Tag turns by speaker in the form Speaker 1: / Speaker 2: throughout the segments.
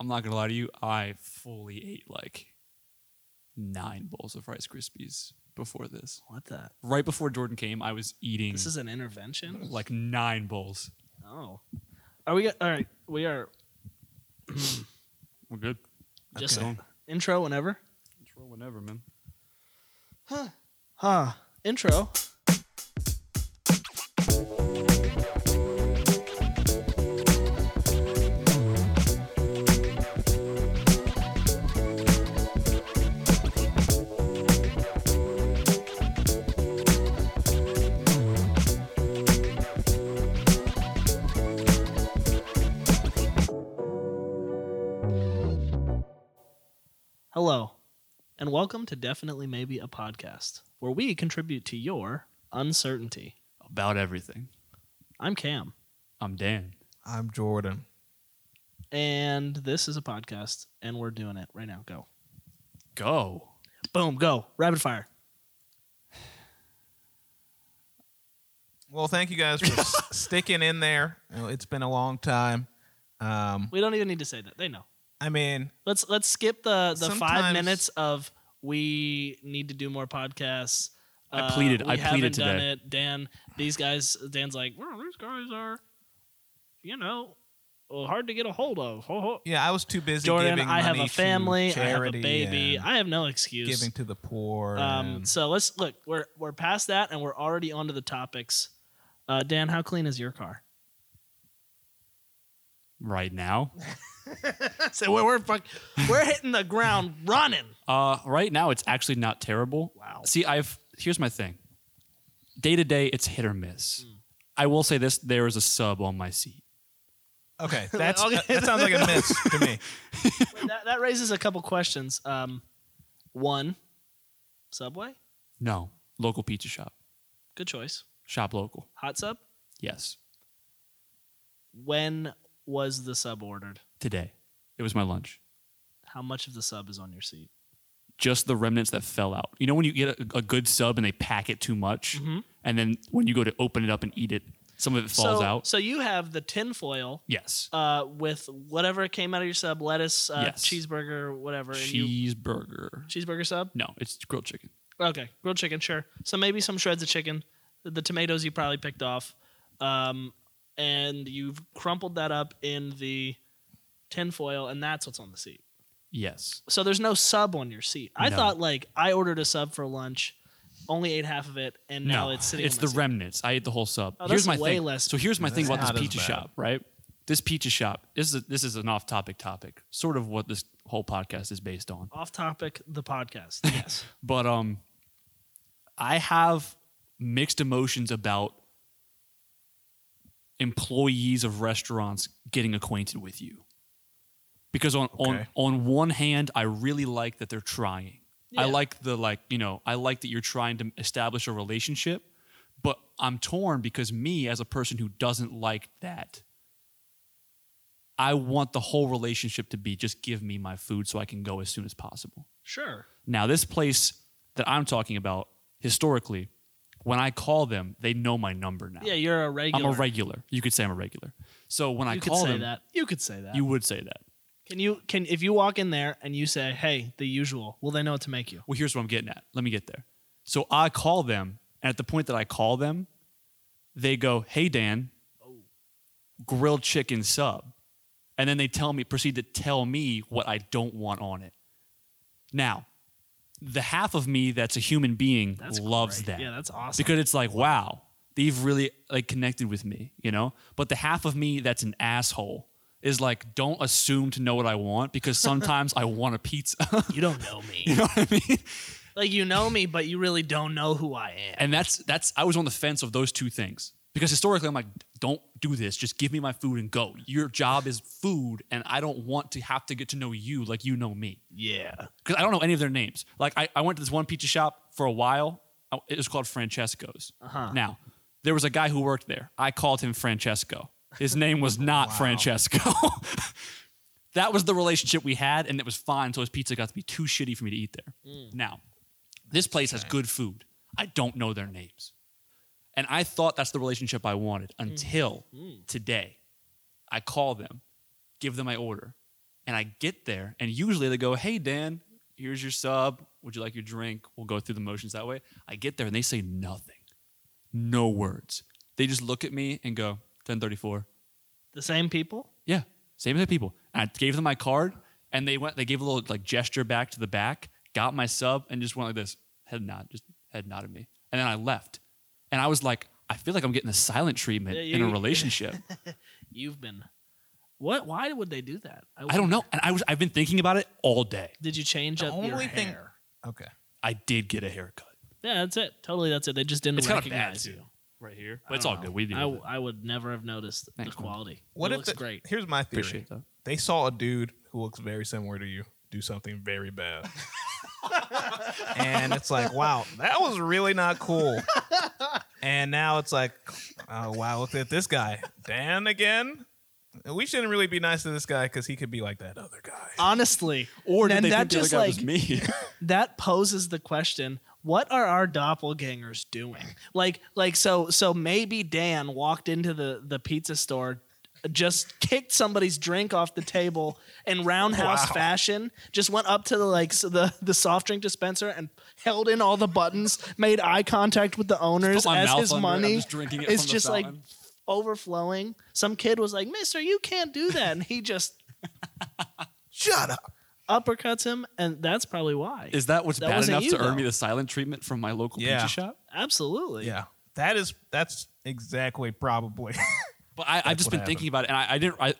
Speaker 1: I'm not gonna lie to you, I fully ate like nine bowls of Rice Krispies before this.
Speaker 2: What the?
Speaker 1: Right before Jordan came, I was eating
Speaker 2: This is an intervention.
Speaker 1: Hmm. like nine bowls.
Speaker 2: Oh, are we? All right, we are.
Speaker 1: We're good.
Speaker 2: Just
Speaker 1: Okay.
Speaker 2: intro whenever.
Speaker 1: Control whenever, man.
Speaker 2: Huh. Intro. Hello, and welcome to Definitely Maybe a podcast where we contribute to your uncertainty.
Speaker 1: About everything.
Speaker 2: I'm Cam,
Speaker 1: I'm Dan.
Speaker 3: I'm Jordan.
Speaker 2: and this is a podcast, and we're doing it right now. Go.
Speaker 1: Go.
Speaker 2: Boom, go. Rapid fire.
Speaker 3: Well, thank you guys for s- sticking in there. You know, It's been a long time. Um,
Speaker 2: We don't even need to say that. They know.
Speaker 3: I mean,
Speaker 2: Let's let's skip the the five
Speaker 3: Sometimes-
Speaker 2: minutes of we need to do more podcasts. Uh,
Speaker 1: I pleaded-
Speaker 2: we
Speaker 1: I pleaded
Speaker 2: haven't Done
Speaker 1: today.
Speaker 2: it. Dan, these guys. Dan's like, well, these guys are, you know, well, hard to get a hold of. Ho, ho."
Speaker 3: yeah, I was too busy.
Speaker 2: Jordan,
Speaker 3: giving
Speaker 2: I have
Speaker 3: money
Speaker 2: a
Speaker 3: to
Speaker 2: family. I have a
Speaker 3: charity
Speaker 2: baby.
Speaker 3: and
Speaker 2: I have no excuse.
Speaker 3: giving to the poor.
Speaker 2: Um,
Speaker 3: and-
Speaker 2: so let's look. We're we're past that, and we're already onto the topics. Uh, Dan, how clean is your car?
Speaker 1: Right now.
Speaker 2: so we're we're, fuck, we're hitting the ground running.
Speaker 1: Uh right now it's actually not terrible.
Speaker 2: Wow.
Speaker 1: See, I've here's my thing. Day to day, it's hit or miss. I will say this: there is a sub on my seat.
Speaker 3: okay, that's
Speaker 2: Okay.
Speaker 3: that, that sounds like a miss to me.
Speaker 2: that, that raises a couple questions. Um, one, Subway,
Speaker 1: No, local pizza shop.
Speaker 2: good choice.
Speaker 1: Shop local.
Speaker 2: Hot sub.
Speaker 1: Yes,
Speaker 2: When was the sub ordered?
Speaker 1: today. It was my lunch.
Speaker 2: How much of the sub is on your seat?
Speaker 1: Just the remnants that fell out. You know when you get a, a good sub and they pack it too much,
Speaker 2: Mhm.
Speaker 1: and then when you go to open it up and eat it, some of it falls
Speaker 2: so,
Speaker 1: out.
Speaker 2: So you have the tinfoil
Speaker 1: Yes,
Speaker 2: uh, with whatever came out of your sub, lettuce, uh,
Speaker 1: Yes.
Speaker 2: cheeseburger, whatever. And you,
Speaker 1: cheeseburger.
Speaker 2: cheeseburger sub.
Speaker 1: No, it's grilled chicken.
Speaker 2: Okay, grilled chicken, sure. So maybe some shreds of chicken, the tomatoes you probably picked off, um, and you've crumpled that up in the tinfoil, and that's what's on the seat.
Speaker 1: Yes,
Speaker 2: So there's no sub on your seat. I
Speaker 1: No.
Speaker 2: thought like I ordered a sub for lunch, only ate half of it, and now
Speaker 1: no,
Speaker 2: it's sitting.
Speaker 1: It's
Speaker 2: on my
Speaker 1: the
Speaker 2: seat.
Speaker 1: remnants. I ate the whole sub.
Speaker 2: Oh,
Speaker 1: here's
Speaker 2: that's
Speaker 1: my
Speaker 2: way
Speaker 1: thing.
Speaker 2: less-
Speaker 1: So here's my thing
Speaker 3: That's
Speaker 1: about
Speaker 3: not
Speaker 1: this
Speaker 3: as
Speaker 1: pizza
Speaker 3: bad.
Speaker 1: shop, right? This pizza shop. This is a, this is an off topic topic. Sort of what this whole podcast is based on.
Speaker 2: Off topic, the podcast. Yes.
Speaker 1: But um, I have mixed emotions about employees of restaurants getting acquainted with you. Because on on
Speaker 3: Okay.
Speaker 1: on one hand, I really like that they're trying. I
Speaker 2: Yeah.
Speaker 1: like the like you know I like that you're trying to establish a relationship, but I'm torn because me as a person who doesn't like that. I want the whole relationship to be just give me my food so I can go as soon as possible.
Speaker 2: sure.
Speaker 1: Now, this place that I'm talking about historically, when I call them, they know my number now.
Speaker 2: Yeah, you're a
Speaker 1: I'm
Speaker 2: regular.
Speaker 1: a regular. You could say I'm a regular. So when I
Speaker 2: You could
Speaker 1: call
Speaker 2: say
Speaker 1: them,
Speaker 2: that. You could say that.
Speaker 1: you would say that.
Speaker 2: can you can if you walk in there and you say, "Hey, the usual," will they know what to make you?
Speaker 1: Well, here's what I'm getting at. Let me get there. So I call them, and at the point that I call them, they go, "Hey Dan, grilled chicken sub," and then they tell me proceed to tell me what I don't want on it. Now, the half of me that's a human being
Speaker 2: That's
Speaker 1: loves
Speaker 2: great.
Speaker 1: that.
Speaker 2: Yeah, that's awesome.
Speaker 1: because it's like wow they've really like connected with me you know but the half of me that's an asshole is like don't assume to know what i want because sometimes i want a pizza
Speaker 2: you don't know me.
Speaker 1: you know what i mean
Speaker 2: Like you know me, but you really don't know who I am.
Speaker 1: and that's that's i was on the fence of those two things because historically i'm like don't do this just give me my food and go your job is food and i don't want to have to get to know you like you know me
Speaker 2: Yeah.
Speaker 1: because i don't know any of their names like I, I went to this one pizza shop for a while I- it was called francesco's
Speaker 2: Uh-huh.
Speaker 1: Now, there was a guy who worked there. I called him Francesco. His name was not Francesco. that was the relationship we had, and it was fine until his pizza got to be too shitty for me to eat there. Now, this place has good food. I don't know their names. And I thought that's the relationship I wanted until today. I call them, give them my order. And I get there, and usually they go, "Hey Dan, here's your sub. Would you like your drink?" We'll go through the motions that way. I get there, and they say nothing, no words. They just look at me and go, "10:34."
Speaker 2: The same people?
Speaker 1: Yeah, same as the people. And I gave them my card, and they went. They gave a little like gesture back to the back, got my sub, and just went like this, head nod, just head nodded me, and then I left. And I was like, I feel like I'm getting the silent treatment
Speaker 2: Yeah,
Speaker 1: in a
Speaker 2: you-
Speaker 1: relationship.
Speaker 2: You've been. What? Why would they do that?
Speaker 1: I don't know, and I was I've been thinking about it all day.
Speaker 2: Did you change
Speaker 3: The
Speaker 2: up your
Speaker 3: only thing-
Speaker 2: hair?
Speaker 3: Okay.
Speaker 1: I did get a haircut.
Speaker 2: Yeah, that's it. Totally, that's it. They just didn't
Speaker 1: It's kind of bad
Speaker 2: recognize
Speaker 1: too,
Speaker 2: you.
Speaker 1: right here.
Speaker 2: I
Speaker 1: But it's
Speaker 2: don't
Speaker 1: all
Speaker 2: know.
Speaker 1: good. We deal
Speaker 2: I,
Speaker 1: with it.
Speaker 2: I would never have noticed
Speaker 1: Thanks,
Speaker 2: the
Speaker 1: man.
Speaker 2: quality.
Speaker 3: What
Speaker 2: it
Speaker 3: if
Speaker 2: looks
Speaker 3: the-
Speaker 2: great.
Speaker 3: Here's my theory.
Speaker 1: Appreciate that.
Speaker 3: They saw a dude who looks very similar to you do something very bad. and it's like, wow, that was really not cool. And now it's like, oh wow, look at this guy. Dan again? We shouldn't really be nice to this guy because he could be like that other guy.
Speaker 2: Honestly,
Speaker 1: Or did
Speaker 2: and
Speaker 1: they think
Speaker 2: that
Speaker 1: the other
Speaker 2: just
Speaker 1: guy
Speaker 2: like
Speaker 1: was me?
Speaker 2: that poses the question what are our doppelgangers doing like like so so maybe dan walked into the the pizza store just kicked somebody's drink off the table in roundhouse
Speaker 3: Wow.
Speaker 2: fashion just went up to the like so the the soft drink dispenser and held in all the buttons made eye contact with the owners
Speaker 1: my
Speaker 2: as
Speaker 1: mouth
Speaker 2: his
Speaker 1: under it, I'm
Speaker 2: money
Speaker 1: just drinking it
Speaker 2: is
Speaker 1: from the
Speaker 2: just like
Speaker 1: fountain.
Speaker 2: overflowing some kid was like mister you can't do that and he just
Speaker 3: Shut up.
Speaker 2: uppercuts him and that's probably why
Speaker 1: Is that what's
Speaker 2: That
Speaker 1: bad
Speaker 2: wasn't
Speaker 1: enough
Speaker 2: you,
Speaker 1: to earn me
Speaker 2: though.
Speaker 1: the silent treatment from my local
Speaker 3: Yeah.
Speaker 1: pizza shop?
Speaker 2: absolutely
Speaker 3: Yeah. That is that's exactly probably.
Speaker 1: But I, I've
Speaker 3: That's
Speaker 1: just
Speaker 3: what
Speaker 1: been
Speaker 3: happened.
Speaker 1: thinking about it, and I, I didn't. I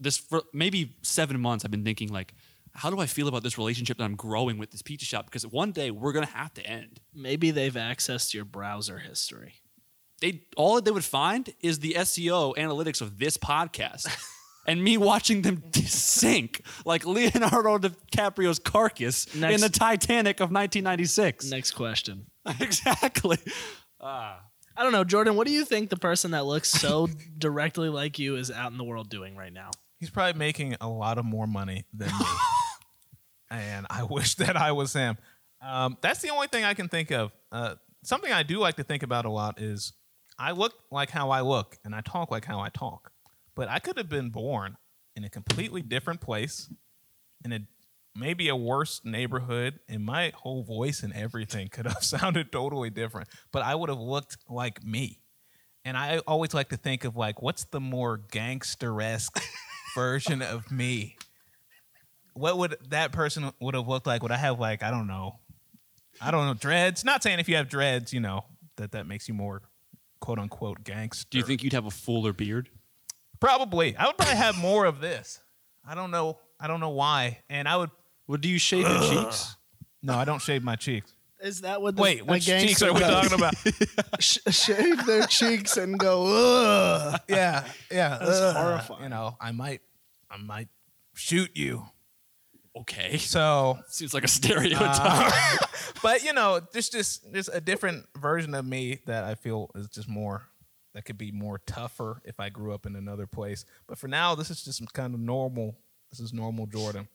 Speaker 1: this for maybe seven months. I've been thinking like, how do I feel about this relationship that I'm growing with this pizza shop? Because one day we're gonna have to end.
Speaker 2: Maybe they've accessed your browser history.
Speaker 1: They all that they would find is the SEO analytics of this podcast, and me watching them sink like Leonardo DiCaprio's carcass in
Speaker 2: Next-
Speaker 1: the Titanic of 1996.
Speaker 2: Next question.
Speaker 1: exactly.
Speaker 2: I don't know, Jordan, what do you think the person that looks so directly like you is out in the world doing right now?
Speaker 3: He's probably making a lot of more money than me. and I wish that I was him. Um, that's the only thing I can think of. Uh, something I do like to think about a lot is I look like how I look and I talk like how I talk. But I could have been born in a completely different place, in a maybe a worse neighborhood, and my whole voice and everything could have sounded totally different. But I would have looked like me. And I always like to think of like, what's the more gangster esque version of me? What would that person would have looked like? Would I have like, I don't know, I don't know, dreads? Not saying if you have dreads, you know, that that makes you more quote unquote gangster.
Speaker 1: Do you think you'd have a fuller beard?
Speaker 3: Probably. I would probably have more of this. I don't know. I don't know why. And I would.
Speaker 1: Well, do you shave your cheeks?
Speaker 3: No, I don't shave my cheeks.
Speaker 2: Is that what the
Speaker 3: Wait, which cheeks are we talking about?
Speaker 2: shave their cheeks and go, ugh.
Speaker 3: yeah, yeah.
Speaker 2: That's
Speaker 3: ugh.
Speaker 2: horrifying.
Speaker 3: You know, I might, I might shoot you.
Speaker 1: Okay,
Speaker 3: So uh,
Speaker 1: seems like a stereotype.
Speaker 3: but you know, there's just there's a different version of me that I feel is just more that could be more tougher if I grew up in another place. But for now, this is just some kind of normal. This is normal Jordan.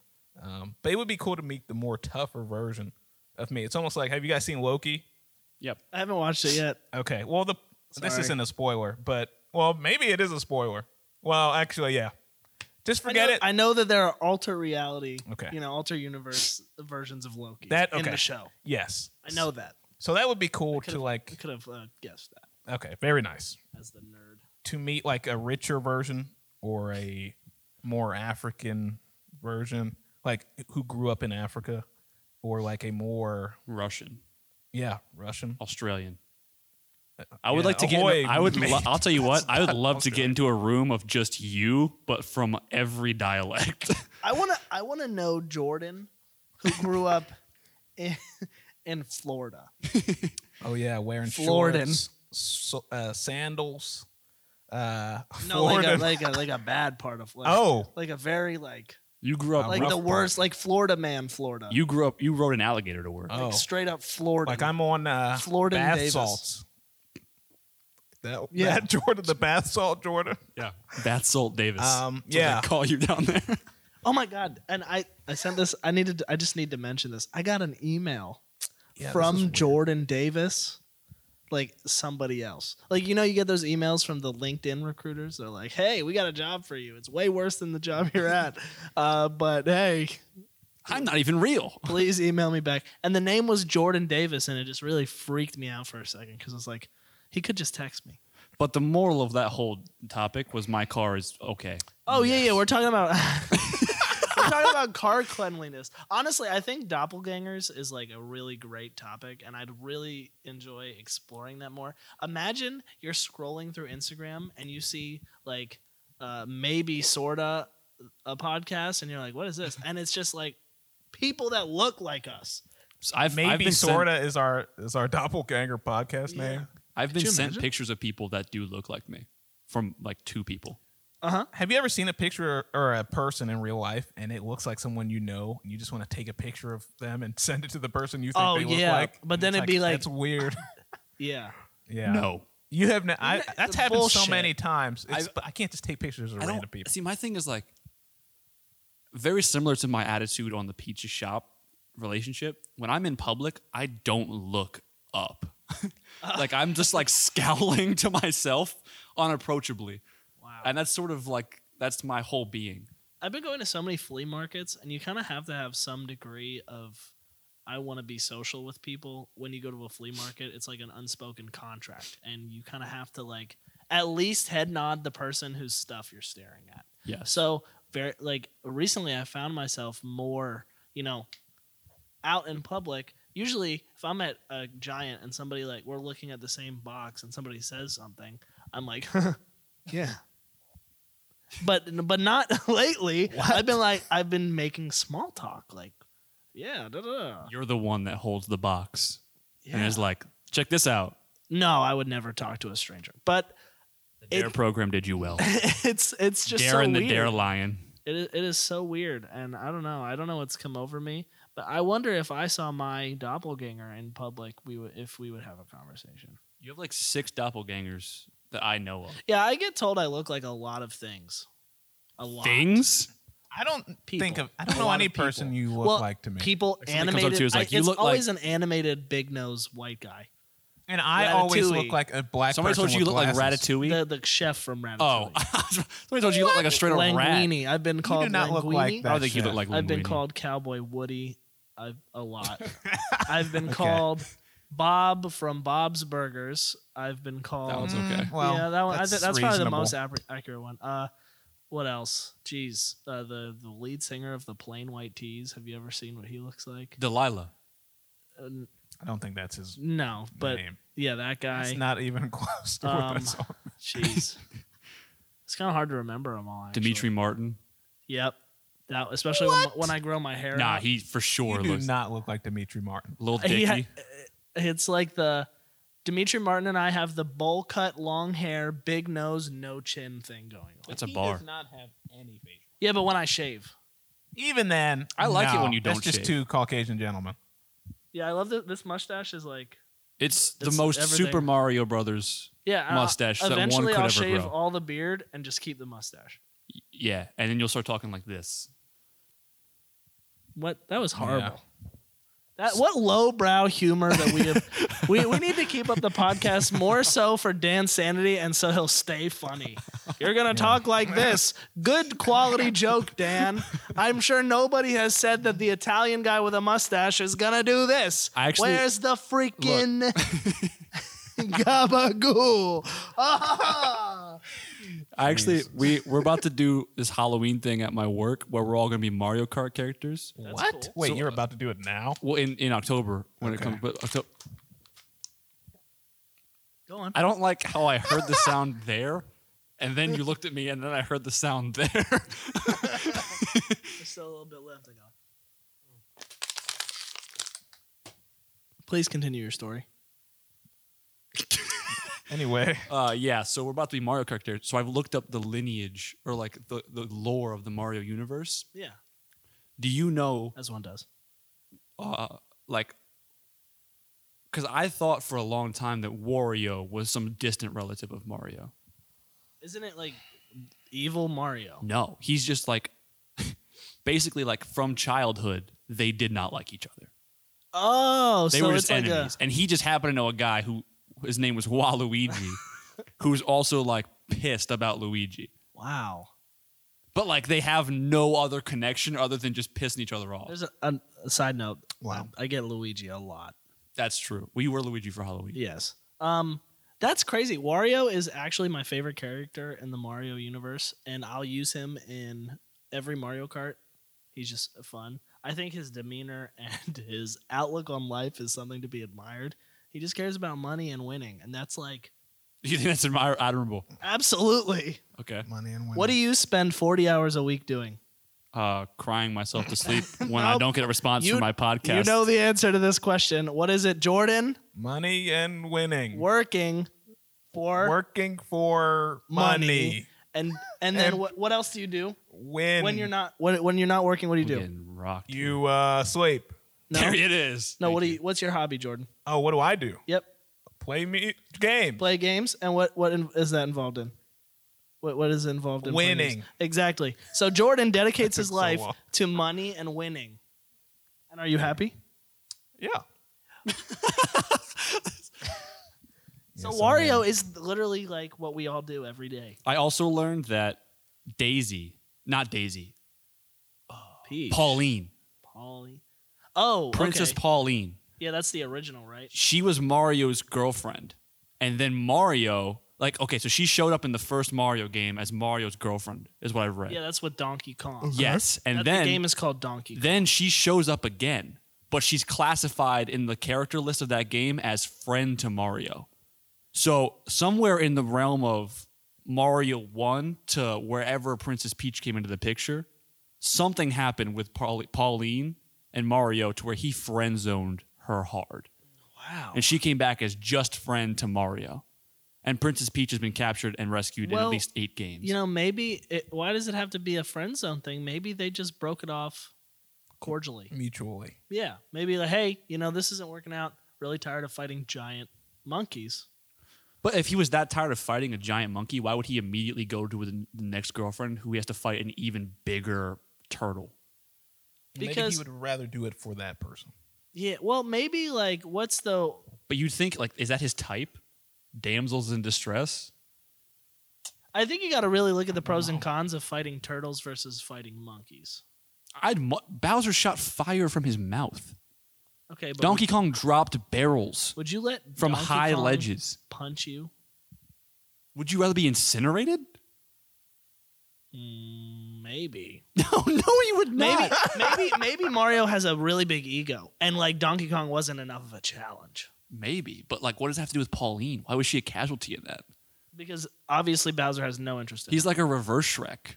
Speaker 3: Um, but it would be cool to meet the more tougher version of me. It's almost like have you guys seen Loki?
Speaker 1: yep.
Speaker 2: I haven't watched it yet.
Speaker 3: Okay. Well, the this
Speaker 2: Sorry.
Speaker 3: isn't a spoiler, but well, maybe it is a spoiler. Well, actually, yeah. Just forget
Speaker 2: I know,
Speaker 3: it.
Speaker 2: I know that there are alter reality,
Speaker 3: Okay.
Speaker 2: you know, alter universe versions of Loki
Speaker 3: That-
Speaker 2: in
Speaker 3: okay.
Speaker 2: the show.
Speaker 3: yes.
Speaker 2: I know that.
Speaker 3: So that would be cool to
Speaker 2: could've- I
Speaker 3: like.
Speaker 2: could have uh, guessed that
Speaker 3: Okay. Very nice.
Speaker 2: as the nerd.
Speaker 3: to meet like a richer version or a more African version, like who grew up in Africa, or like a more
Speaker 1: Russian,
Speaker 3: yeah Russian.
Speaker 1: Australian. I would
Speaker 3: yeah,
Speaker 1: like to get.
Speaker 3: ahoy,
Speaker 1: in- I would. Lo-
Speaker 3: mate.
Speaker 1: I'll tell you what. I would love to get
Speaker 3: Australian.
Speaker 1: into a room of just you, but from every dialect.
Speaker 2: I want to. I want to know Jordan, who grew up in, in Florida.
Speaker 3: Oh yeah, wearing
Speaker 2: Floridan.
Speaker 3: shorts, so, uh, sandals. Uh,
Speaker 2: No, like a,
Speaker 3: Floridan.
Speaker 2: like a like a bad part of Florida.
Speaker 3: oh
Speaker 2: like a very like
Speaker 1: you grew up
Speaker 3: A
Speaker 2: like
Speaker 3: rough
Speaker 2: the
Speaker 3: part.
Speaker 2: worst like Florida man, Florida.
Speaker 1: You grew up. You rode an alligator to work.
Speaker 3: Oh.
Speaker 2: straight up Florida.
Speaker 3: like I'm on uh,
Speaker 2: Floridan
Speaker 3: bath
Speaker 2: Davis.
Speaker 3: salts. That,
Speaker 2: Yeah.
Speaker 3: that Jordan, the bath salt Jordan.
Speaker 1: yeah, that's Salt Davis.
Speaker 3: Um,
Speaker 1: So they
Speaker 3: yeah.
Speaker 1: call you down there.
Speaker 2: oh my god! And I I sent this. I needed. to- I just need to mention this. I got an email
Speaker 3: Yeah, this is
Speaker 2: from
Speaker 3: weird.
Speaker 2: Jordan Davis. like somebody else. Like you know, you get those emails from the LinkedIn recruiters. They're like, "Hey, we got a job for you. It's way worse than the job you're at, uh, but hey,
Speaker 1: I'm not even real.
Speaker 2: please email me back." And the name was Jordan Davis, and it just really freaked me out for a second because it's like he could just text me.
Speaker 1: But the moral of that whole topic was my car is okay.
Speaker 2: Oh yeah, yeah. We're talking about we're talking about car cleanliness. Honestly, I think doppelgangers is like a really great topic, and I'd really enjoy exploring that more. Imagine you're scrolling through Instagram and you see like uh, maybe sorta a podcast, and you're like, "What is this?" And it's just like people that look like us.
Speaker 1: So I've, I've
Speaker 3: Maybe
Speaker 1: been sent-
Speaker 3: sorta is our is our doppelganger podcast
Speaker 2: Yeah.
Speaker 3: name.
Speaker 1: I've been
Speaker 2: you
Speaker 1: sent
Speaker 2: imagine?
Speaker 1: pictures of people that do look like me from like two people.
Speaker 2: Uh huh.
Speaker 3: Have you ever seen a picture or a person in real life and it looks like someone you know and you just want to take a picture of them and send it to the person you think
Speaker 2: Oh,
Speaker 3: they look
Speaker 2: yeah.
Speaker 3: like?
Speaker 2: But
Speaker 3: And
Speaker 2: then
Speaker 3: it's
Speaker 2: it'd be like-
Speaker 3: that's weird.
Speaker 2: Yeah.
Speaker 3: yeah.
Speaker 1: No.
Speaker 3: You have no, I,
Speaker 2: Isn't that
Speaker 3: that's happened
Speaker 2: bullshit?
Speaker 3: so many times. It's,
Speaker 1: I've-
Speaker 3: but I can't just take pictures of
Speaker 1: I
Speaker 3: random
Speaker 1: don't
Speaker 3: people.
Speaker 1: see my thing is like very similar to my attitude on the pizza shop relationship. When I'm in public, I don't look up. like I'm just like scowling to myself unapproachably.
Speaker 2: Wow.
Speaker 1: And that's sort of like that's my whole being.
Speaker 2: I've been going to so many flea markets, and you kind of have to have some degree of I want to be social with people. When you go to a flea market, it's like an unspoken contract, and you kind of have to like at least head nod the person whose stuff you're staring at.
Speaker 1: Yes.
Speaker 2: So very like recently, I found myself more you know out in public. Usually, if I'm at a giant and somebody like we're looking at the same box and somebody says something, I'm like, yeah. But but not lately. I've been like I've been making small talk. Like, yeah, da, da, da.
Speaker 1: You're the one that holds the box and
Speaker 2: Yeah.
Speaker 1: is like, check this out.
Speaker 2: no, I would never talk to a stranger. But
Speaker 1: The
Speaker 2: It-
Speaker 1: dare program did you well.
Speaker 2: it's it's just
Speaker 1: dare
Speaker 2: so
Speaker 1: and the
Speaker 2: weird.
Speaker 1: dare lion.
Speaker 2: It is, it is so weird, and I don't know. I don't know what's come over me, but I wonder if I saw my doppelganger in public, we would if we would have a conversation.
Speaker 1: You have like six doppelgangers that I know of.
Speaker 2: Yeah, I get told I look like a lot of things. A lot.
Speaker 1: Things?
Speaker 3: I don't
Speaker 2: People.
Speaker 3: think of, I
Speaker 2: A
Speaker 3: don't know
Speaker 2: lot
Speaker 3: any
Speaker 2: of people.
Speaker 3: person you look
Speaker 2: Well,
Speaker 3: like to me.
Speaker 2: People
Speaker 1: Like, somebody comes up to
Speaker 2: animated.
Speaker 1: you, is
Speaker 2: I-
Speaker 1: like, "You
Speaker 2: it's
Speaker 1: look like-"
Speaker 2: always an animated big nose white guy.
Speaker 3: and I always
Speaker 2: Ratatouille.
Speaker 3: look like a black
Speaker 1: Somebody
Speaker 3: person
Speaker 1: told you you
Speaker 3: with
Speaker 1: look like
Speaker 3: glasses.
Speaker 1: Ratatouille.
Speaker 2: The, the chef from Ratatouille.
Speaker 1: oh, somebody told you you look like a straight up rat.
Speaker 2: Languini. I've been called
Speaker 3: do not look like
Speaker 2: Languini.
Speaker 1: I
Speaker 3: that.
Speaker 1: don't think you look
Speaker 3: Shit.
Speaker 1: like. Linguini.
Speaker 2: I've been called Cowboy Woody I've, a lot. I've been called Bob from Bob's Burgers. I've been called.
Speaker 1: That one's
Speaker 3: Mm,
Speaker 1: Oh, okay.
Speaker 3: Well,
Speaker 2: yeah, that one. That's, I
Speaker 3: That's,
Speaker 2: th- that's probably the
Speaker 3: reasonable.
Speaker 2: most ap- accurate one. Uh, what else? Jeez, uh, the the lead singer of the Plain White Tees. Have you ever seen what he looks like?
Speaker 1: Delilah.
Speaker 2: Uh, n-
Speaker 3: I don't think that's his
Speaker 2: no, but
Speaker 3: name.
Speaker 2: yeah, that guy.
Speaker 3: It's not even close to what
Speaker 2: Um,
Speaker 3: that's on.
Speaker 2: Jeez, it's kind of hard to remember them all. Actually.
Speaker 1: Dimitri Martin.
Speaker 2: Yep. That especially when, when I grow my hair.
Speaker 1: Nah,
Speaker 2: out.
Speaker 1: he for sure
Speaker 3: You do
Speaker 1: looks
Speaker 3: not look like Dimitri Martin.
Speaker 1: little dicky.
Speaker 2: He ha- uh, it's like the Dimitri Martin and I have the bowl cut, long hair, big nose, no chin thing going on.
Speaker 1: That's a bar.
Speaker 3: not have any facial.
Speaker 2: Yeah, but when I shave,
Speaker 3: Even then,
Speaker 1: I like it
Speaker 3: no,
Speaker 1: when you don't
Speaker 3: That's just
Speaker 1: shave.
Speaker 3: two Caucasian gentlemen.
Speaker 2: yeah, I love that this mustache is like
Speaker 1: it's the
Speaker 2: It's
Speaker 1: most
Speaker 2: everything.
Speaker 1: Super Mario Brothers.
Speaker 2: yeah I-
Speaker 1: Mustache that one
Speaker 2: Eventually,
Speaker 1: could
Speaker 2: I'll
Speaker 1: ever
Speaker 2: shave
Speaker 1: grow.
Speaker 2: all the beard and just keep the mustache.
Speaker 1: Yeah, and then you'll start talking like this.
Speaker 2: What that was horrible. That what lowbrow humor that we have. we we need to keep up the podcast more so for Dan's sanity and so he'll stay funny. You're gonna talk like this. Good quality joke, Dan. I'm sure nobody has said that the Italian guy with a mustache is gonna do this.
Speaker 1: I actually-
Speaker 2: Where's the freaking gabagool? Ah!
Speaker 1: I actually we we're about to do this Halloween thing at my work where we're all gonna be Mario Kart characters.
Speaker 2: That's cool.
Speaker 3: Wait,
Speaker 1: So,
Speaker 3: you're
Speaker 1: uh,
Speaker 3: about to do it now?
Speaker 1: Well, in in October when it
Speaker 3: Okay.
Speaker 1: comes, but Octo-
Speaker 2: Go on.
Speaker 1: I don't like how I heard the sound there, and then you looked at me, and then I heard the sound there.
Speaker 2: There's still a little bit left to go. Please continue your story.
Speaker 3: Anyway,
Speaker 1: Uh, yeah, so we're about to be Mario characters. So I've looked up the lineage or like the, the lore of the Mario universe.
Speaker 2: Yeah,
Speaker 1: Do you know,
Speaker 2: as one does.
Speaker 1: uh, like, because I thought for a long time that Wario was some distant relative of Mario.
Speaker 2: Isn't it like evil Mario?
Speaker 1: No, he's just like, basically, like from childhood, they did not like each other.
Speaker 2: Oh,
Speaker 1: They
Speaker 2: so
Speaker 1: were
Speaker 2: it's
Speaker 1: just
Speaker 2: like
Speaker 1: enemies, and he just happened to know a guy who his name was Waluigi, who's also like pissed about Luigi.
Speaker 2: Wow.
Speaker 1: But like they have no other connection other than just pissing each other off.
Speaker 2: There's a, a, a side note.
Speaker 3: Wow.
Speaker 2: I, I get Luigi a lot.
Speaker 1: That's true. We were Luigi for Halloween.
Speaker 2: Yes. Um, that's crazy. Wario is actually my favorite character in the Mario universe, and I'll use him in every Mario Kart. He's just fun. I think his demeanor and his outlook on life is something to be admired. He just cares about money and winning, and that's like
Speaker 1: You think that's admir- admirable?
Speaker 2: absolutely.
Speaker 1: Okay.
Speaker 3: Money and women.
Speaker 2: What do you spend 40 hours a week doing?
Speaker 1: Uh, crying myself to sleep when I
Speaker 2: Nope.
Speaker 1: don't get a response
Speaker 2: You-
Speaker 1: from my podcast.
Speaker 2: You know the answer to this question. What is it, Jordan?
Speaker 3: Money and winning.
Speaker 2: Working for
Speaker 3: Working for money.
Speaker 2: Money. and and then
Speaker 3: And-
Speaker 2: what, what else do you do
Speaker 3: Win.
Speaker 2: when you're not when, when you're not working? What do you
Speaker 1: We're
Speaker 2: do?
Speaker 1: getting rocked.
Speaker 3: You uh, sleep.
Speaker 2: No,
Speaker 1: There it is.
Speaker 2: no.
Speaker 1: Thank
Speaker 2: What do you? What's your hobby, Jordan?
Speaker 3: Oh, what do I do?
Speaker 2: Yep,
Speaker 3: Play me game.
Speaker 2: play games. And what what in, is that involved in? What what is involved in playing games?
Speaker 3: Winning.
Speaker 2: Exactly. So Jordan dedicates his
Speaker 3: So
Speaker 2: life
Speaker 3: long.
Speaker 2: to money and winning. And are you happy?
Speaker 3: Yeah.
Speaker 2: So
Speaker 3: Yes, I
Speaker 2: Wario
Speaker 3: am.
Speaker 2: is literally like what we all do every day.
Speaker 1: I also learned that Daisy, not Daisy,
Speaker 2: Peach.
Speaker 1: Pauline,
Speaker 2: Polly. Oh,
Speaker 1: Princess
Speaker 2: okay.
Speaker 1: Pauline.
Speaker 2: yeah, that's the original, right?
Speaker 1: She was Mario's girlfriend, and then Mario, like, okay, so she showed up in the first Mario game as Mario's girlfriend, is what I read.
Speaker 2: Yeah, that's what Donkey Kong.
Speaker 1: Yes, and
Speaker 2: That-
Speaker 1: then
Speaker 2: the game is called Donkey. Kong.
Speaker 1: then she shows up again, but she's classified in the character list of that game as friend to Mario. So somewhere in the realm of Mario 1 to wherever Princess Peach came into the picture, something happened with Paul- Pauline and Mario to where he friend zoned her hard.
Speaker 2: Wow.
Speaker 1: And she came back as just friend to Mario. And Princess Peach has been captured and rescued in at
Speaker 2: Well,
Speaker 1: least eight games.
Speaker 2: You know, maybe it, why does it have to be a friend zone thing? Maybe they just broke it off cordially.
Speaker 3: mutually.
Speaker 2: Yeah, maybe like, hey, you know, this isn't working out. Really tired of fighting giant monkeys.
Speaker 1: But if he was that tired of fighting a giant monkey, why would he immediately go to the the next girlfriend who he has to fight an even bigger turtle?
Speaker 3: Maybe
Speaker 2: Because-
Speaker 3: he would rather do it for that person.
Speaker 2: Yeah, well, maybe like, what's the?
Speaker 1: But you'd think like, is that his type? Damsels in distress.
Speaker 2: I think you got to really look at the pros and cons of fighting turtles versus fighting monkeys.
Speaker 1: I'd mu- Bowser shot fire from his mouth.
Speaker 2: Okay, but
Speaker 1: Donkey Kong dropped barrels
Speaker 2: would, would you let
Speaker 1: from
Speaker 2: Donkey
Speaker 1: high
Speaker 2: Kong
Speaker 1: ledges.
Speaker 2: punch you?
Speaker 1: Would you rather be incinerated?
Speaker 2: Mm, maybe.
Speaker 1: No, no, you would not.
Speaker 2: Maybe, maybe, maybe Mario has a really big ego, and like Donkey Kong wasn't enough of a challenge.
Speaker 1: Maybe, but like, what does that have to do with Pauline? Why was she a casualty in that?
Speaker 2: Because obviously Bowser has no interest in
Speaker 1: He's
Speaker 2: it.
Speaker 1: like a reverse Shrek,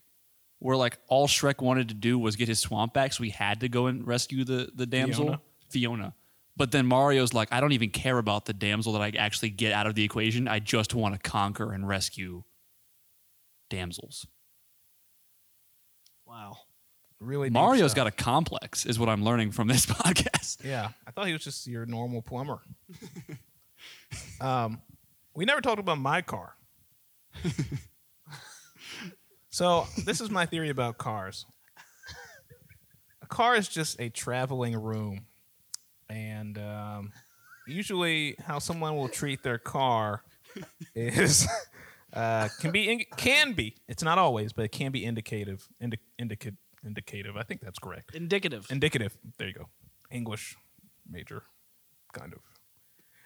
Speaker 1: where like all Shrek wanted to do was get his swamp back, so he had to go and rescue the the damsel Fiona.
Speaker 3: Fiona.
Speaker 1: But then Mario's like, I don't even care about the damsel that I actually get out of the equation. I just want to conquer and rescue damsels.
Speaker 2: Wow.
Speaker 3: Really, deep
Speaker 1: Mario's
Speaker 3: stuff.
Speaker 1: got a complex, is what I'm learning from this podcast.
Speaker 3: Yeah, I thought he was just your normal plumber. um, we never talked about my car. so this is my theory about cars. A car is just a traveling room, and um, usually how someone will treat their car is. Uh, can be in, can be it's not always but it can be indicative indi- indica- indicative i think that's correct
Speaker 2: Indicative.
Speaker 3: indicative. There you go. English major, kind of.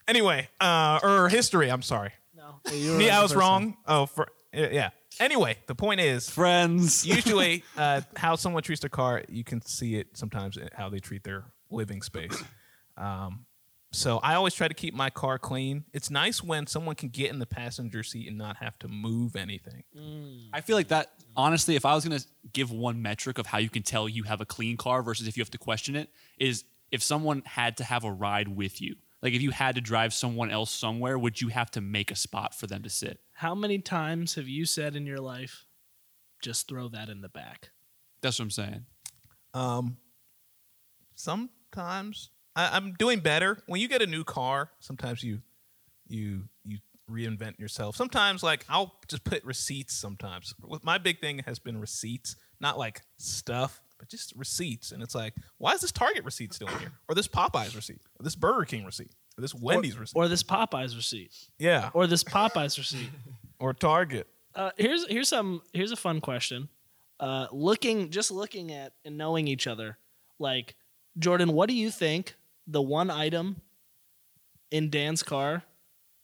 Speaker 3: Anyway, uh, or history. I'm sorry.
Speaker 2: no.
Speaker 3: Yeah, I was wrong. Oh, for, uh, yeah. Anyway, the point is
Speaker 1: Friends.
Speaker 3: usually uh, how someone treats their car, you can see it sometimes in how they treat their living space. Um, so I always try to keep my car clean. It's nice when someone can get in the passenger seat and not have to move anything.
Speaker 1: I feel like that, honestly, if I was going to give one metric of how you can tell you have a clean car versus if you have to question it, is if someone had to have a ride with you. Like if you had to drive someone else somewhere, would you have to make a spot for them to sit?
Speaker 2: How many times have you said in your life, just throw that in the back?
Speaker 1: That's what I'm saying.
Speaker 3: Um, sometimes I, I'm doing better. When you get a new car, sometimes you you you reinvent yourself. Sometimes like I'll just put receipts. Sometimes with my big thing has been receipts, not like stuff, but just receipts. And it's like, why is this Target receipt still in here, or this Popeyes receipt, or this Burger King receipt, or this Wendy's receipt.
Speaker 2: or this Popeyes receipt,
Speaker 3: yeah,
Speaker 2: or this Popeyes receipt.
Speaker 3: or Target.
Speaker 2: Uh, here's here's some here's a fun question. Uh, looking just looking at and knowing each other, like Jordan, what do you think the one item in Dan's car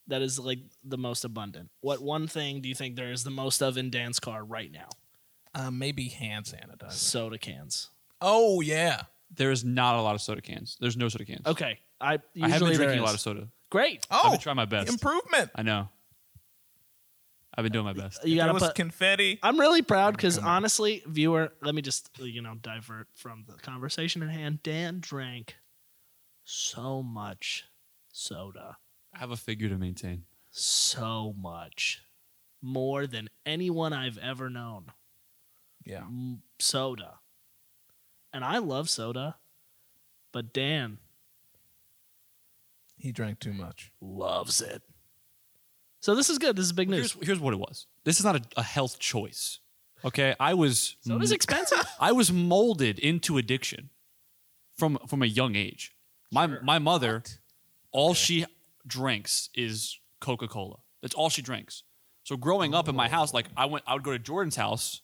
Speaker 2: that is like the most abundant? What one thing do you think there is the most of in Dan's car right now?
Speaker 3: Uh, maybe hand sanitizer.
Speaker 2: Soda cans.
Speaker 3: Oh yeah,
Speaker 1: There is not a lot of soda cans. There's no soda cans.
Speaker 2: Okay, I
Speaker 1: I
Speaker 2: usually
Speaker 1: have been
Speaker 2: there
Speaker 1: drinking a
Speaker 2: is.
Speaker 1: lot of soda.
Speaker 2: Great.
Speaker 1: I've
Speaker 3: oh
Speaker 1: been trying my best.
Speaker 3: improvement.
Speaker 1: I know. I've been doing my best.
Speaker 2: You
Speaker 3: If
Speaker 2: gotta
Speaker 3: it was
Speaker 2: put.
Speaker 3: confetti.
Speaker 2: I'm really proud because honestly, viewer, let me just uh, you know divert from the conversation at hand. Dan drank so much soda,
Speaker 1: I have a figure to maintain.
Speaker 2: so much more than anyone I've ever known.
Speaker 3: Yeah.
Speaker 2: M- soda, and I love soda, but Dan
Speaker 3: He drank too much.
Speaker 2: loves it. So this is good. This is big
Speaker 1: Here's,
Speaker 2: news.
Speaker 1: here's what it was. This is not a, a health choice. Okay, I was
Speaker 2: Soda's expensive.
Speaker 1: I was molded into addiction from from a young age. My my mother, all she drinks is Coca Cola. That's all she drinks. So growing up in my house, like I went, I would go to Jordan's house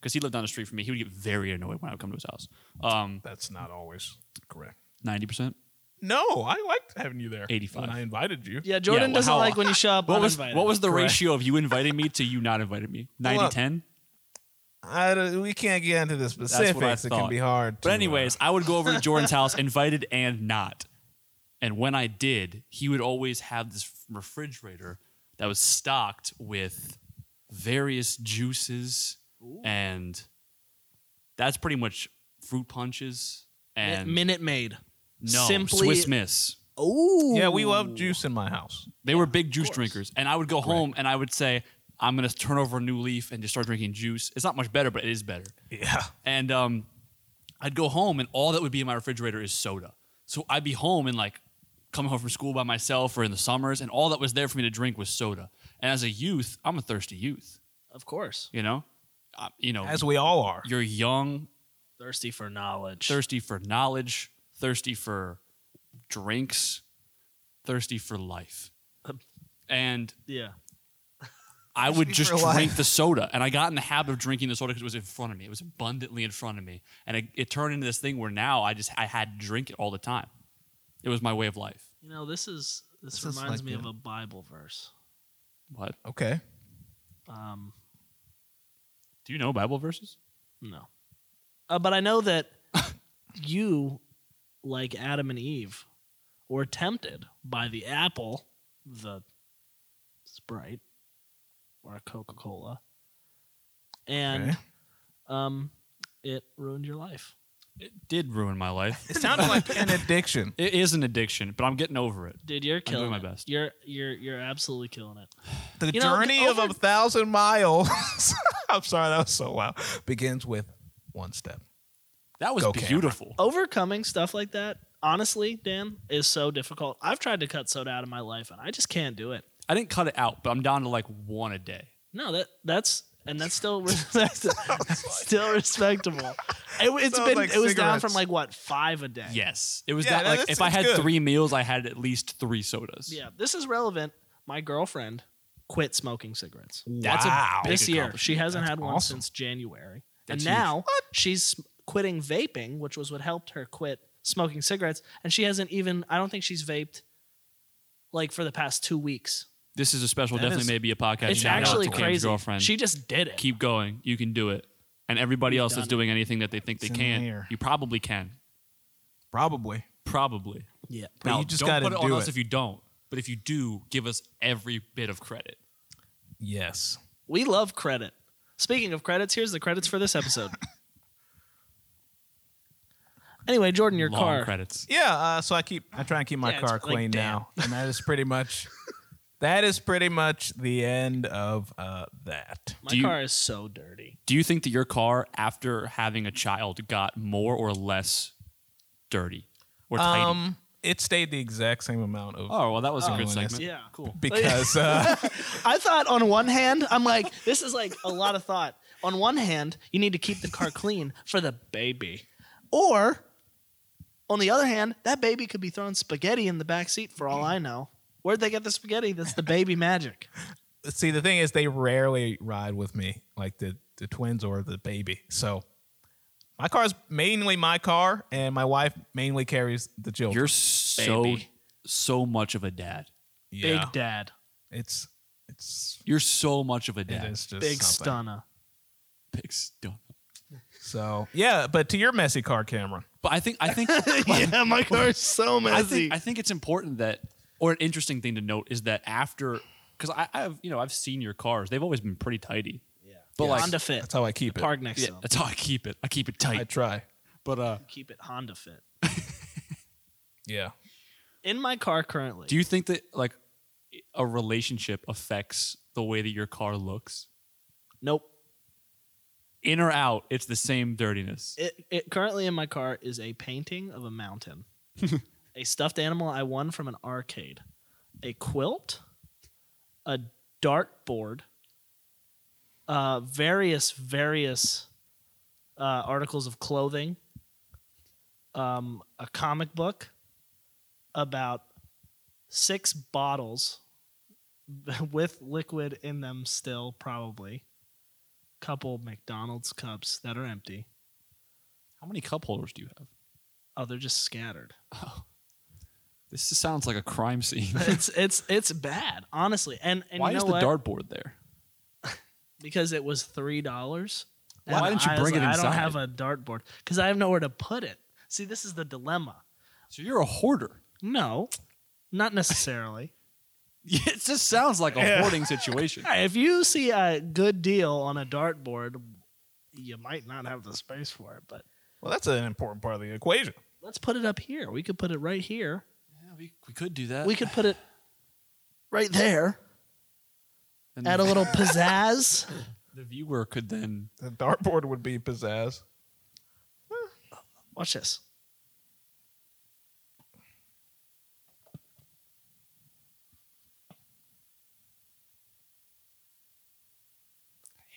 Speaker 1: because he lived down the street from me. He would get very annoyed when I would come to his house. Um,
Speaker 3: That's not always correct.
Speaker 1: ninety percent.
Speaker 3: No, I liked having you there.
Speaker 1: 85.
Speaker 3: When I invited you.
Speaker 2: yeah, Jordan
Speaker 1: well,
Speaker 2: doesn't
Speaker 1: how-
Speaker 2: like when you show up.
Speaker 1: What was
Speaker 2: uninvited.
Speaker 1: what was the
Speaker 3: Correct.
Speaker 1: ratio of you inviting me to you not inviting me? 90-10?
Speaker 3: I don't- we can't get into the
Speaker 1: That's what I
Speaker 3: specifics. it can
Speaker 1: thought.
Speaker 3: be hard.
Speaker 1: But
Speaker 3: to, uh,
Speaker 1: anyways, I would go over to Jordan's house, invited and not. And when I did, he would always have this refrigerator that was stocked with various juices and that's pretty much fruit punches and
Speaker 2: Minute Maid?
Speaker 1: no
Speaker 2: Simply-
Speaker 1: Swiss Miss.
Speaker 2: Oh,
Speaker 3: yeah, we love juice in my house.
Speaker 1: They were big juice drinkers, and I would go home and I would say, "I'm gonna turn over a new leaf and just start drinking juice." It's not much better, but it is better.
Speaker 3: Yeah.
Speaker 1: and um, I'd go home, and all that would be in my refrigerator is soda. So I'd be home and like coming home from school by myself or in the summers, and all that was there for me to drink was soda. And as a youth, I'm a thirsty youth.
Speaker 2: Of course.
Speaker 1: You know, I, you know,
Speaker 3: As we all are.
Speaker 1: you're young,
Speaker 2: Thirsty for knowledge.
Speaker 1: thirsty for knowledge, thirsty for drinks, thirsty for life, and
Speaker 2: yeah.
Speaker 1: I would
Speaker 3: Thirsty
Speaker 1: just
Speaker 3: for
Speaker 1: drink
Speaker 3: life.
Speaker 1: the soda, and I got in the habit of drinking the soda because it was in front of me. It was abundantly in front of me, and it, it turned into this thing where now I just I had to drink it all the time. It was my way of life.
Speaker 2: You know, this is this,
Speaker 3: This is
Speaker 2: reminds
Speaker 3: like
Speaker 2: me
Speaker 3: a-
Speaker 2: of a Bible verse.
Speaker 1: What
Speaker 3: Okay.
Speaker 2: Um,
Speaker 1: do you know Bible verses?
Speaker 2: no. Uh, but I know that you, like Adam and Eve, were tempted by the apple, the Sprite, or Coca Cola, and
Speaker 3: Okay.
Speaker 2: um, it ruined your life.
Speaker 1: It did ruin my life.
Speaker 3: It sounded like an addiction.
Speaker 1: it is an addiction, but I'm getting over it.
Speaker 2: Dude, you're
Speaker 1: doing
Speaker 2: killing
Speaker 1: my
Speaker 2: it.
Speaker 1: best.
Speaker 2: You're you're you're absolutely killing it.
Speaker 3: The
Speaker 2: You know,
Speaker 3: journey of
Speaker 2: over-
Speaker 3: a thousand miles. I'm sorry, that was so loud. Begins with one step.
Speaker 1: That was
Speaker 3: Go camera.
Speaker 1: beautiful.
Speaker 2: overcoming stuff like that honestly dan is so difficult i've tried to cut soda out of my life and i just can't do it
Speaker 1: I didn't cut it out, but I'm down to like one a day.
Speaker 2: no that that's and that's still that's still respectable it, has
Speaker 3: Sounds
Speaker 2: been
Speaker 3: like
Speaker 2: it was down
Speaker 3: cigarettes.
Speaker 2: from like what five a day
Speaker 1: Yes, it was
Speaker 3: Yeah,
Speaker 1: that
Speaker 3: no,
Speaker 1: like
Speaker 3: that
Speaker 1: if I
Speaker 3: sounds
Speaker 1: had
Speaker 3: good.
Speaker 1: three meals, I had at least three sodas.
Speaker 2: yeah this is relevant my girlfriend quit smoking cigarettes
Speaker 1: That's a
Speaker 3: wow.
Speaker 1: big-
Speaker 2: this year
Speaker 1: accomplishment.
Speaker 2: she hasn't
Speaker 3: That's
Speaker 2: had one
Speaker 3: awesome.
Speaker 2: since january
Speaker 1: That's
Speaker 2: and
Speaker 1: huge.
Speaker 2: now she's quitting vaping which was what helped her quit smoking cigarettes and she hasn't even i don't think she's vaped like for the past two weeks
Speaker 1: This is a special,
Speaker 3: That
Speaker 1: definitely
Speaker 3: is-
Speaker 1: maybe a podcast.
Speaker 2: It's
Speaker 1: Shout out
Speaker 2: actually
Speaker 1: to Cam's
Speaker 2: crazy.
Speaker 1: Girlfriend.
Speaker 2: She just did it.
Speaker 1: keep going. You can do it. And everybody else that's
Speaker 2: done it.
Speaker 1: doing anything that they think they
Speaker 3: It's in
Speaker 1: can,
Speaker 3: there.
Speaker 1: you probably can.
Speaker 3: Probably.
Speaker 1: Probably.
Speaker 2: yeah.
Speaker 3: But
Speaker 1: now,
Speaker 3: you just
Speaker 1: don't
Speaker 3: gotta
Speaker 1: put it on
Speaker 3: do
Speaker 1: us
Speaker 3: it.
Speaker 1: if you don't. But if you do, give us every bit of credit.
Speaker 3: Yes.
Speaker 2: We love credit. Speaking of credits, here's the credits for this episode. anyway, Jordan, your
Speaker 1: Long
Speaker 2: car.
Speaker 1: credits.
Speaker 3: Yeah. Uh, so I keep. I try and keep my
Speaker 2: Yeah, it's
Speaker 3: car
Speaker 2: like,
Speaker 3: clean
Speaker 2: damn.
Speaker 3: now, and that is pretty much. that is pretty much the end of uh, that.
Speaker 2: My
Speaker 1: Do you-
Speaker 2: car is so dirty.
Speaker 1: Do you think that your car, after having a child, got more or less dirty or tidy?
Speaker 3: Um, it stayed the exact same amount of
Speaker 1: oh, well, that was a
Speaker 2: oh,
Speaker 1: good
Speaker 3: I
Speaker 1: segment.
Speaker 2: Yeah, cool.
Speaker 3: because uh,
Speaker 2: I thought on one hand, I'm like, this is like a lot of thought. On one hand, you need to keep the car clean for the baby, or On the other hand, that baby could be throwing spaghetti in the back seat for all I know. Where'd they get the spaghetti? That's the baby magic.
Speaker 3: See, the thing is, they rarely ride with me, like the the twins or the baby. So my car is mainly my car, and my wife mainly carries the children.
Speaker 1: You're so
Speaker 2: Baby.
Speaker 1: so much of a dad.
Speaker 3: yeah,
Speaker 2: Big dad.
Speaker 3: it's it's
Speaker 1: You're so much of a
Speaker 3: it
Speaker 1: dad.
Speaker 3: is just
Speaker 2: Big
Speaker 3: something.
Speaker 2: stunner.
Speaker 1: Big stuff.
Speaker 3: So yeah, but to your messy car, Cameron.
Speaker 1: But I think I think
Speaker 2: yeah, my car's so
Speaker 1: I
Speaker 2: messy.
Speaker 1: think I think it's important that, or an interesting thing to note is that after, because I, I've you know I've seen your cars, they've always been pretty tidy.
Speaker 2: yeah.
Speaker 1: But like,
Speaker 2: Honda Fit.
Speaker 3: That's how I keep it.
Speaker 2: Park next
Speaker 1: yeah,
Speaker 2: to him.
Speaker 1: that's how I keep it. I keep it tight.
Speaker 3: I try.
Speaker 1: but uh,
Speaker 2: Keep it Honda Fit.
Speaker 3: Yeah.
Speaker 2: In my car currently.
Speaker 1: do you think that like a relationship affects the way that your car looks,
Speaker 2: nope.
Speaker 1: in or out? It's the same dirtiness.
Speaker 2: It, it currently in my car is a painting of a mountain, a stuffed animal I won from an arcade, a quilt, a dartboard, uh, various various uh, articles of clothing, um, a comic book, about six bottles with liquid in them still probably, couple McDonald's cups that are empty.
Speaker 1: How many cup holders do you have?
Speaker 2: Oh, they're just scattered.
Speaker 1: This just sounds like a crime scene.
Speaker 2: it's it's it's bad, honestly. And and
Speaker 1: Why
Speaker 2: you
Speaker 1: is
Speaker 2: know
Speaker 1: the
Speaker 2: what?
Speaker 1: dartboard there?
Speaker 2: because it was three dollars.
Speaker 1: Why didn't you
Speaker 2: I was
Speaker 1: bring it
Speaker 2: like, I
Speaker 1: inside?
Speaker 2: don't have a dartboard because I have nowhere to put it. See, this is the dilemma.
Speaker 1: So you're a hoarder.
Speaker 2: No, not necessarily.
Speaker 1: It just sounds like a
Speaker 3: Yeah.
Speaker 1: hoarding situation.
Speaker 2: Hey, if you see a good deal on a dartboard, you might not have the space for it. But
Speaker 3: Well, that's an important part of the equation.
Speaker 2: let's put it up here. We could put it right here.
Speaker 1: Yeah, we, we could do that.
Speaker 2: We could put it right there.
Speaker 1: And
Speaker 2: Add a
Speaker 1: the-
Speaker 2: little pizzazz.
Speaker 1: the viewer could then
Speaker 3: The dartboard would be pizzazz.
Speaker 2: Watch this.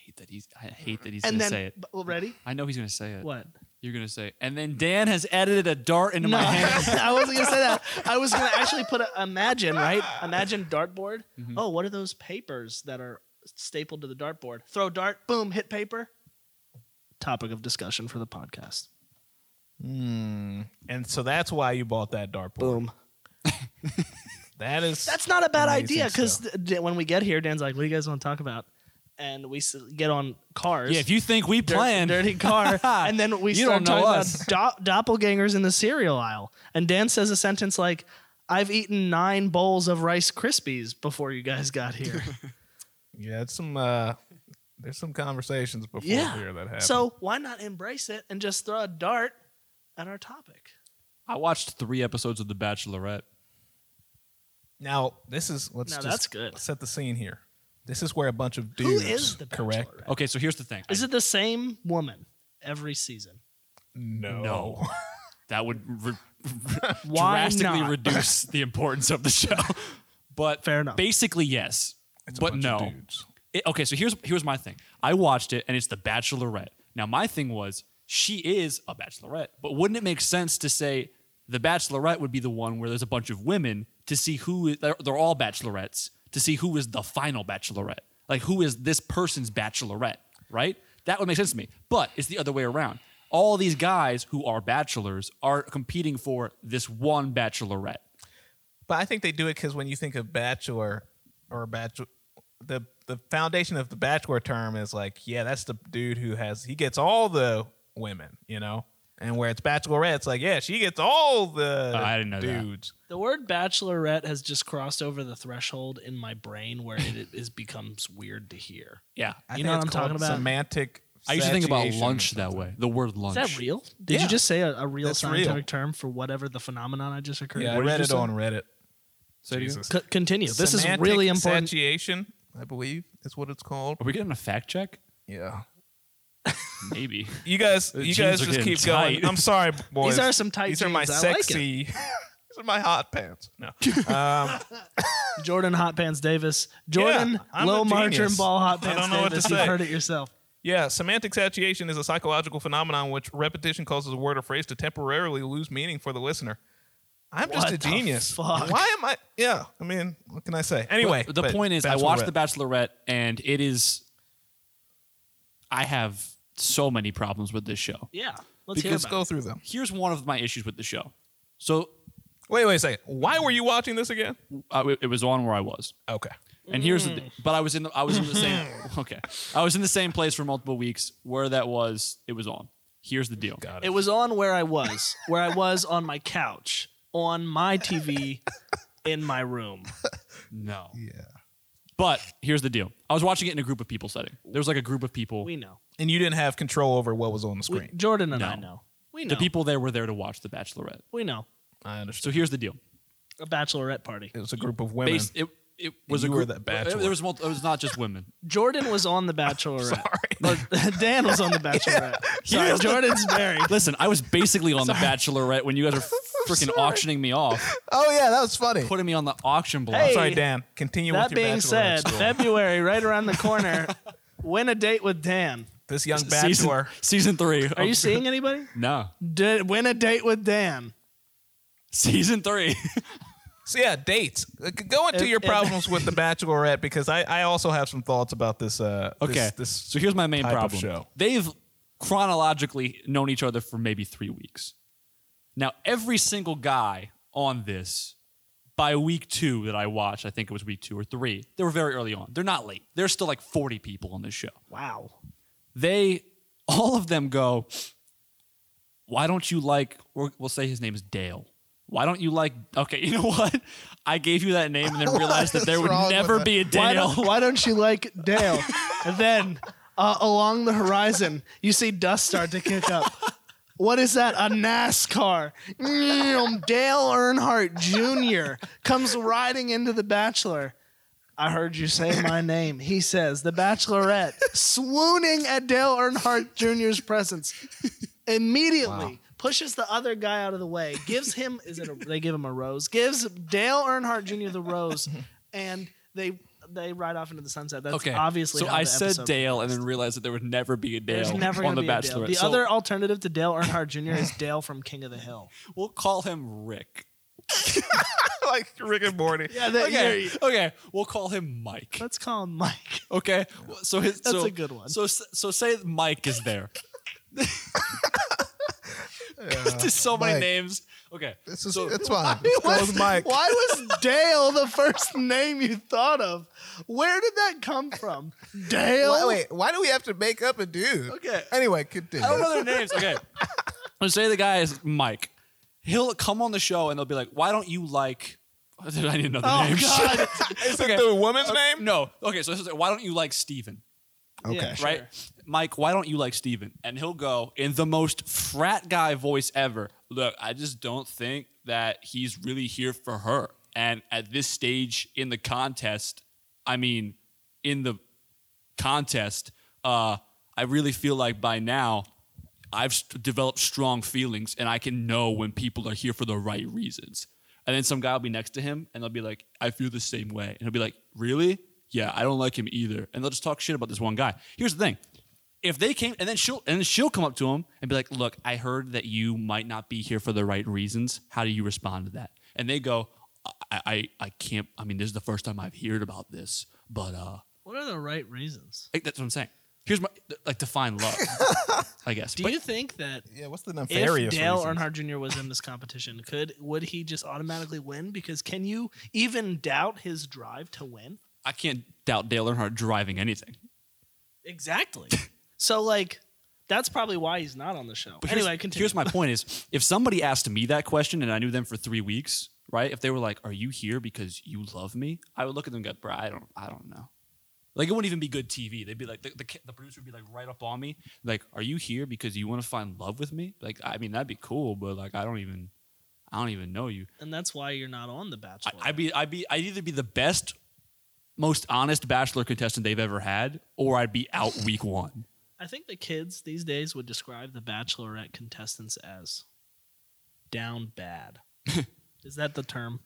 Speaker 1: hate that he's. I hate that he's
Speaker 2: and
Speaker 1: gonna
Speaker 2: then
Speaker 1: say it.
Speaker 2: well, ready?
Speaker 1: I know he's gonna say it.
Speaker 2: What?
Speaker 1: You're gonna say, and then Dan has edited a dart into
Speaker 2: No,
Speaker 1: my hand.
Speaker 2: I wasn't gonna say that. I was gonna actually put a imagine, right? Imagine dartboard.
Speaker 1: Mm-hmm.
Speaker 2: Oh, what are those papers that are stapled to the dartboard? Throw dart, boom, hit paper. Topic of discussion for the podcast.
Speaker 3: Hmm. And so that's why you bought that dartboard.
Speaker 2: Boom.
Speaker 3: That is.
Speaker 2: That's not a bad
Speaker 3: Amazing
Speaker 2: idea because
Speaker 3: stuff.
Speaker 2: when we get here, Dan's like, "What do you guys want to talk about?" And we s- get on cars.
Speaker 1: Yeah, if you think we
Speaker 2: dirt-
Speaker 1: planned,
Speaker 2: dirty car, and then we
Speaker 1: You
Speaker 2: start
Speaker 1: don't know
Speaker 2: talking about do- doppelgangers in the cereal aisle. And Dan says a sentence like, "I've eaten nine bowls of Rice Krispies before you guys got here."
Speaker 3: Yeah, it's some. Uh, there's some conversations before
Speaker 2: Yeah.
Speaker 3: here that happen.
Speaker 2: so why not embrace it and just throw a dart at our topic?
Speaker 1: I watched three episodes of The Bachelorette.
Speaker 3: now this is let's
Speaker 2: Now
Speaker 3: just
Speaker 2: that's good.
Speaker 3: set the scene here. This is where a bunch of
Speaker 2: Who
Speaker 3: dudes.
Speaker 2: is the
Speaker 3: correct?
Speaker 2: Bachelorette?
Speaker 1: Okay, so here's the thing.
Speaker 2: Is it the same woman every season?
Speaker 3: No.
Speaker 1: No. that would re-
Speaker 2: Why
Speaker 1: drastically
Speaker 2: not?
Speaker 1: reduce the importance of the show? But
Speaker 2: Fair enough.
Speaker 1: Basically, yes,
Speaker 3: It's a
Speaker 1: but
Speaker 3: bunch
Speaker 1: no.
Speaker 3: of dudes.
Speaker 1: It- okay, so here's here's my thing. I watched it, and it's The Bachelorette. Now my thing was she is a bachelorette, but wouldn't it make sense to say The Bachelorette would be the one where there's a bunch of women to see who is, they're, they're all bachelorettes to see who is the final bachelorette, like who is this person's bachelorette, right? That would make sense to me. But it's the other way around. All these guys who are bachelors are competing for this one bachelorette.
Speaker 3: But I think they do it because when you think of bachelor or bachelor, the the foundation of the bachelor term is like, yeah, that's the dude who has he gets all the women, you know. And where it's bachelorette, it's like, yeah, she gets all the
Speaker 1: Oh, I didn't know that.
Speaker 3: dudes.
Speaker 2: The word bachelorette has just crossed over the threshold in my brain where it is becomes weird to hear.
Speaker 1: Yeah.
Speaker 3: I
Speaker 2: You
Speaker 3: think
Speaker 2: know what
Speaker 3: it's
Speaker 2: I'm talking
Speaker 3: called
Speaker 2: about?
Speaker 3: Semantic.
Speaker 1: I used to think about
Speaker 3: satiation.
Speaker 1: lunch that way. The word
Speaker 2: Is
Speaker 1: lunch.
Speaker 2: that real? Did
Speaker 3: Yeah.
Speaker 2: you just say a, a real
Speaker 3: That's real.
Speaker 2: scientific term for whatever the phenomenon I just occurred?
Speaker 3: Yeah, I
Speaker 1: What did
Speaker 3: read
Speaker 1: you
Speaker 3: it
Speaker 1: say?
Speaker 3: on Reddit.
Speaker 1: Say it again.
Speaker 3: Jesus.
Speaker 2: C- continue. This
Speaker 3: Semantic
Speaker 2: is really important.
Speaker 3: Satiation, I believe, is what it's called.
Speaker 1: Are we getting a fact check?
Speaker 3: Yeah.
Speaker 1: Maybe.
Speaker 3: You guys,
Speaker 1: The
Speaker 3: you
Speaker 1: jeans
Speaker 3: guys
Speaker 1: are
Speaker 3: just
Speaker 1: getting
Speaker 3: keep
Speaker 1: tight.
Speaker 3: going. I'm sorry, boys.
Speaker 2: These are some tight
Speaker 3: These are my
Speaker 2: jeans. I like it.
Speaker 3: sexy. these are my hot pants. No. Um,
Speaker 2: Jordan Hot Pants Davis. Jordan
Speaker 3: I'm a
Speaker 2: Low Marcher
Speaker 3: genius.
Speaker 2: and Ball Hot
Speaker 3: I
Speaker 2: Pants
Speaker 3: don't know what to
Speaker 2: Davis.
Speaker 3: say.
Speaker 2: You've heard it yourself.
Speaker 3: Yeah, semantic satiation is a psychological phenomenon which repetition causes a word or phrase to temporarily lose meaning for the listener. I'm just
Speaker 2: What the
Speaker 3: a genius.
Speaker 2: fuck?
Speaker 3: Why am I? Yeah, I mean, what can I say? Anyway,
Speaker 1: But the
Speaker 3: but
Speaker 1: point is, I watched
Speaker 3: Bachelorette.
Speaker 1: The Bachelorette, and it is. I have so many problems with this show.
Speaker 2: Yeah. Let's hear
Speaker 3: Let's
Speaker 2: about
Speaker 3: go
Speaker 2: it.
Speaker 3: through them.
Speaker 1: Here's one of my issues with the show. So
Speaker 3: Wait, wait a second. Why were you watching this again?
Speaker 1: uh, it- it was on where I was.
Speaker 3: Okay.
Speaker 1: And here's the
Speaker 2: Mm.
Speaker 1: thing. But I was in the I was in the same okay. I was in the same place for multiple weeks. Where that was, it was on. Here's the deal.
Speaker 3: Got
Speaker 2: It was on where I was, where I was on my couch, on my TV, in my room.
Speaker 1: No.
Speaker 3: Yeah.
Speaker 1: But here's the deal. I was watching it in a group of people setting. There was like a group of people.
Speaker 2: We know.
Speaker 3: And you didn't have control over what was on the
Speaker 2: We-
Speaker 3: screen.
Speaker 2: Jordan and
Speaker 1: No.
Speaker 2: I know. We know.
Speaker 1: the people there were there to watch The Bachelorette.
Speaker 2: we know.
Speaker 3: I understood.
Speaker 1: So here's the deal.
Speaker 2: A bachelorette party.
Speaker 3: It was a group of women.
Speaker 1: Based, it it was
Speaker 3: you
Speaker 1: a
Speaker 3: were
Speaker 1: group.
Speaker 3: the Bachelor.
Speaker 1: There was multi, it was not just women.
Speaker 2: Jordan was on the bachelorette.
Speaker 3: Sorry.
Speaker 2: Or, Dan was on the bachelorette. Sorry,
Speaker 1: Here's the-
Speaker 2: Jordan's married.
Speaker 1: Listen, I was basically on The Bachelorette when you guys are freaking auctioning me off,
Speaker 3: Oh yeah, that was funny.
Speaker 1: putting me on the auction block.
Speaker 2: Hey,
Speaker 3: Sorry, Dan. Continue
Speaker 2: That
Speaker 3: with your
Speaker 2: being
Speaker 3: bachelorette
Speaker 2: said,
Speaker 3: story.
Speaker 2: February right around the corner. Win a date with Dan.
Speaker 3: this young
Speaker 1: season,
Speaker 3: bachelor.
Speaker 1: season three.
Speaker 2: Are you seeing anybody?
Speaker 1: No.
Speaker 2: D- win a date with Dan.
Speaker 1: Season three.
Speaker 3: So yeah, dates. Uh, g- Go into
Speaker 2: It-
Speaker 3: your
Speaker 2: it-
Speaker 3: problems with the Bachelorette because I, I also have some thoughts about this. Uh, this-
Speaker 1: Okay.
Speaker 3: This,
Speaker 1: so here's my main
Speaker 3: type of
Speaker 1: problem.
Speaker 3: show.
Speaker 1: They've chronologically known each other for maybe three weeks. Now, every single guy on this by week two that I watched, I think it was week two or three, they were very early on. They're not late. There's still like 40 people on this show.
Speaker 2: Wow.
Speaker 1: They, all of them go, why don't you like, or we'll say his name is Dale. Why don't you like, okay, you know what? I gave you that name and then realized that there
Speaker 3: is
Speaker 1: would
Speaker 3: wrong with
Speaker 1: never
Speaker 3: that?
Speaker 1: be a
Speaker 2: Why
Speaker 1: Dale.
Speaker 2: don't, why don't you like Dale? And then uh, along the horizon, you see dust start to kick up. What is that? A NASCAR. Mm, Dale Earnhardt Jr. comes riding into The Bachelor. I heard you say my name. He says, The Bachelorette, swooning at Dale Earnhardt Jr.'s presence, immediately pushes the other guy out of the way, gives him, is it a, they give him a rose, gives Dale Earnhardt Jr. the rose, and they they ride off into the sunset. That's
Speaker 1: Okay.
Speaker 2: obviously
Speaker 1: So
Speaker 2: how
Speaker 1: I
Speaker 2: the
Speaker 1: said
Speaker 2: episode
Speaker 1: Dale and then realized that there would never be a Dale
Speaker 2: There's never
Speaker 1: on
Speaker 2: going
Speaker 1: The
Speaker 2: to be a Dale.
Speaker 1: Bachelorette.
Speaker 2: The
Speaker 1: so
Speaker 2: other alternative to Dale Earnhardt Jr. is Dale from King of the Hill.
Speaker 1: we'll call him Rick.
Speaker 3: like Rick and Morty.
Speaker 2: Yeah, that,
Speaker 1: Okay.
Speaker 2: you're-
Speaker 1: Okay. We'll call him Mike.
Speaker 2: let's call him Mike.
Speaker 1: Okay. So his
Speaker 2: That's
Speaker 1: so,
Speaker 2: a good one.
Speaker 1: So so say Mike is there. There's so many
Speaker 3: Mike.
Speaker 1: names. Okay.
Speaker 3: This is
Speaker 1: So-
Speaker 3: it's fine. Let's go with Mike.
Speaker 2: Why was Dale the first name you thought of? Where did that come from? Dale?
Speaker 3: Why, wait, why do we have to make up a dude?
Speaker 1: Okay.
Speaker 3: Anyway, continue.
Speaker 1: I don't know their names. Okay. Let's say the guy is Mike. He'll come on the show and they'll be like, "Why don't you like?" I need another
Speaker 2: Oh,
Speaker 1: name.
Speaker 2: God.
Speaker 3: Is it the woman's name?
Speaker 1: No. Okay. So this is like, why don't you like Steven?
Speaker 3: Okay.
Speaker 2: sure.
Speaker 1: right? Mike, why don't you like Steven? And he'll go in the most frat guy voice ever. Look, I just don't think that he's really here for her. And at this stage in the contest, I mean, in the contest, uh, I really feel like by now I've st- developed strong feelings and I can know when people are here for the right reasons. And then some guy will be next to him and they'll be like, I feel the same way. And he'll be like, Really? Yeah, I don't like him either. And they'll just talk shit about this one guy. Here's the thing. If they came and then she'll and then she'll come up to him and be like, Look, I heard that you might not be here for the right reasons. How do you respond to that? And they go, I I, I can't I mean, this is the first time I've heard about this, but uh
Speaker 2: What are the right reasons?
Speaker 1: like, that's what I'm saying. Here's my like define love, I guess.
Speaker 2: Do
Speaker 1: But
Speaker 2: you think that
Speaker 3: Yeah, what's the
Speaker 2: if
Speaker 3: nefarious
Speaker 2: Dale
Speaker 3: reasons?
Speaker 2: Earnhardt Jr. was in this competition, could would he just automatically win? Because can you even doubt his drive to win?
Speaker 1: I can't doubt Dale Earnhardt driving anything.
Speaker 2: Exactly. so like, that's probably why he's not on the show.
Speaker 1: But here's-
Speaker 2: anyway, continue.
Speaker 1: Here's my point: is if somebody asked me that question and I knew them for three weeks, right? If they were like, "Are you here because you love me?" I would look at them and go, "Bro, I don't, I don't know." Like it wouldn't even be good TV. They'd be like, the, the, ca- the producer would be like right up on me, like, "Are you here because you want to find love with me?" Like, I mean, that'd be cool, but like, I don't even, I don't even know you.
Speaker 2: and that's why you're not on the
Speaker 1: I,
Speaker 2: Bachelor.
Speaker 1: I'd be I'd be I'd either be the best, most honest bachelor contestant they've ever had, or I'd be out week one.
Speaker 2: I think the kids these days would describe the Bachelorette contestants as down bad. is that the term?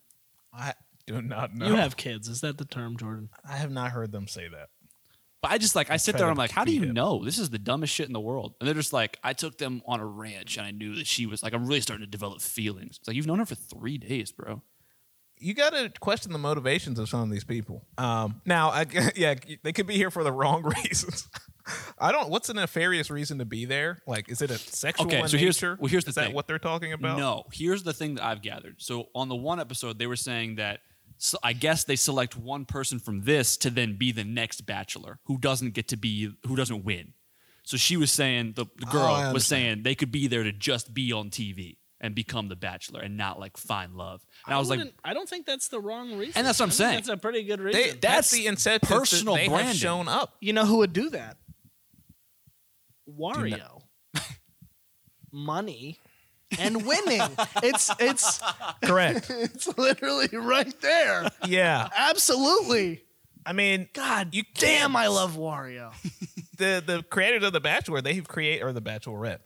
Speaker 3: I do not know.
Speaker 2: You have kids. Is that the term, Jordan?
Speaker 3: I have not heard them say that.
Speaker 1: But I just like I sit
Speaker 3: try
Speaker 1: there
Speaker 3: to
Speaker 1: and I'm like, how do you
Speaker 3: beat him.
Speaker 1: know? This is the dumbest shit in the world. And they're just like, I took them on a ranch and I knew that she was like, I'm really starting to develop feelings. It's like you've known her for three days, bro.
Speaker 3: you got to question the motivations of some of these people. Um, now, I, yeah, they could be here for the wrong reasons. I don't. What's a nefarious reason to be there? Like, is it a sexual
Speaker 1: Okay,
Speaker 3: in
Speaker 1: so here's-
Speaker 3: nature?
Speaker 1: well, here's the
Speaker 3: is
Speaker 1: thing.
Speaker 3: that what they're talking about?
Speaker 1: No, here's the thing that I've gathered. So on the one episode, they were saying that so I guess they select one person from this to then be the next bachelor who doesn't get to be who doesn't win. So she was saying the, the
Speaker 3: Oh,
Speaker 1: girl
Speaker 3: I
Speaker 1: was
Speaker 3: understand.
Speaker 1: saying they could be there to just be on TV and become the bachelor and not like find love. And I, was like,
Speaker 2: wouldn't- I don't think that's the wrong reason.
Speaker 1: And that's what I'm
Speaker 2: I think
Speaker 1: saying.
Speaker 2: That's a pretty good
Speaker 3: They,
Speaker 2: reason.
Speaker 3: that's,
Speaker 1: That's
Speaker 3: the incentive
Speaker 1: personal
Speaker 3: that they
Speaker 1: branding.
Speaker 3: have shown up.
Speaker 2: you know who would do that? Wario. Money and winning. it's it's
Speaker 3: Correct.
Speaker 2: it's literally right there.
Speaker 3: yeah.
Speaker 2: Absolutely.
Speaker 3: I mean,
Speaker 2: God
Speaker 3: You
Speaker 2: damn,
Speaker 3: can't-
Speaker 2: I love Wario.
Speaker 3: the the creators of the Bachelor, they've created or the Bachelorette,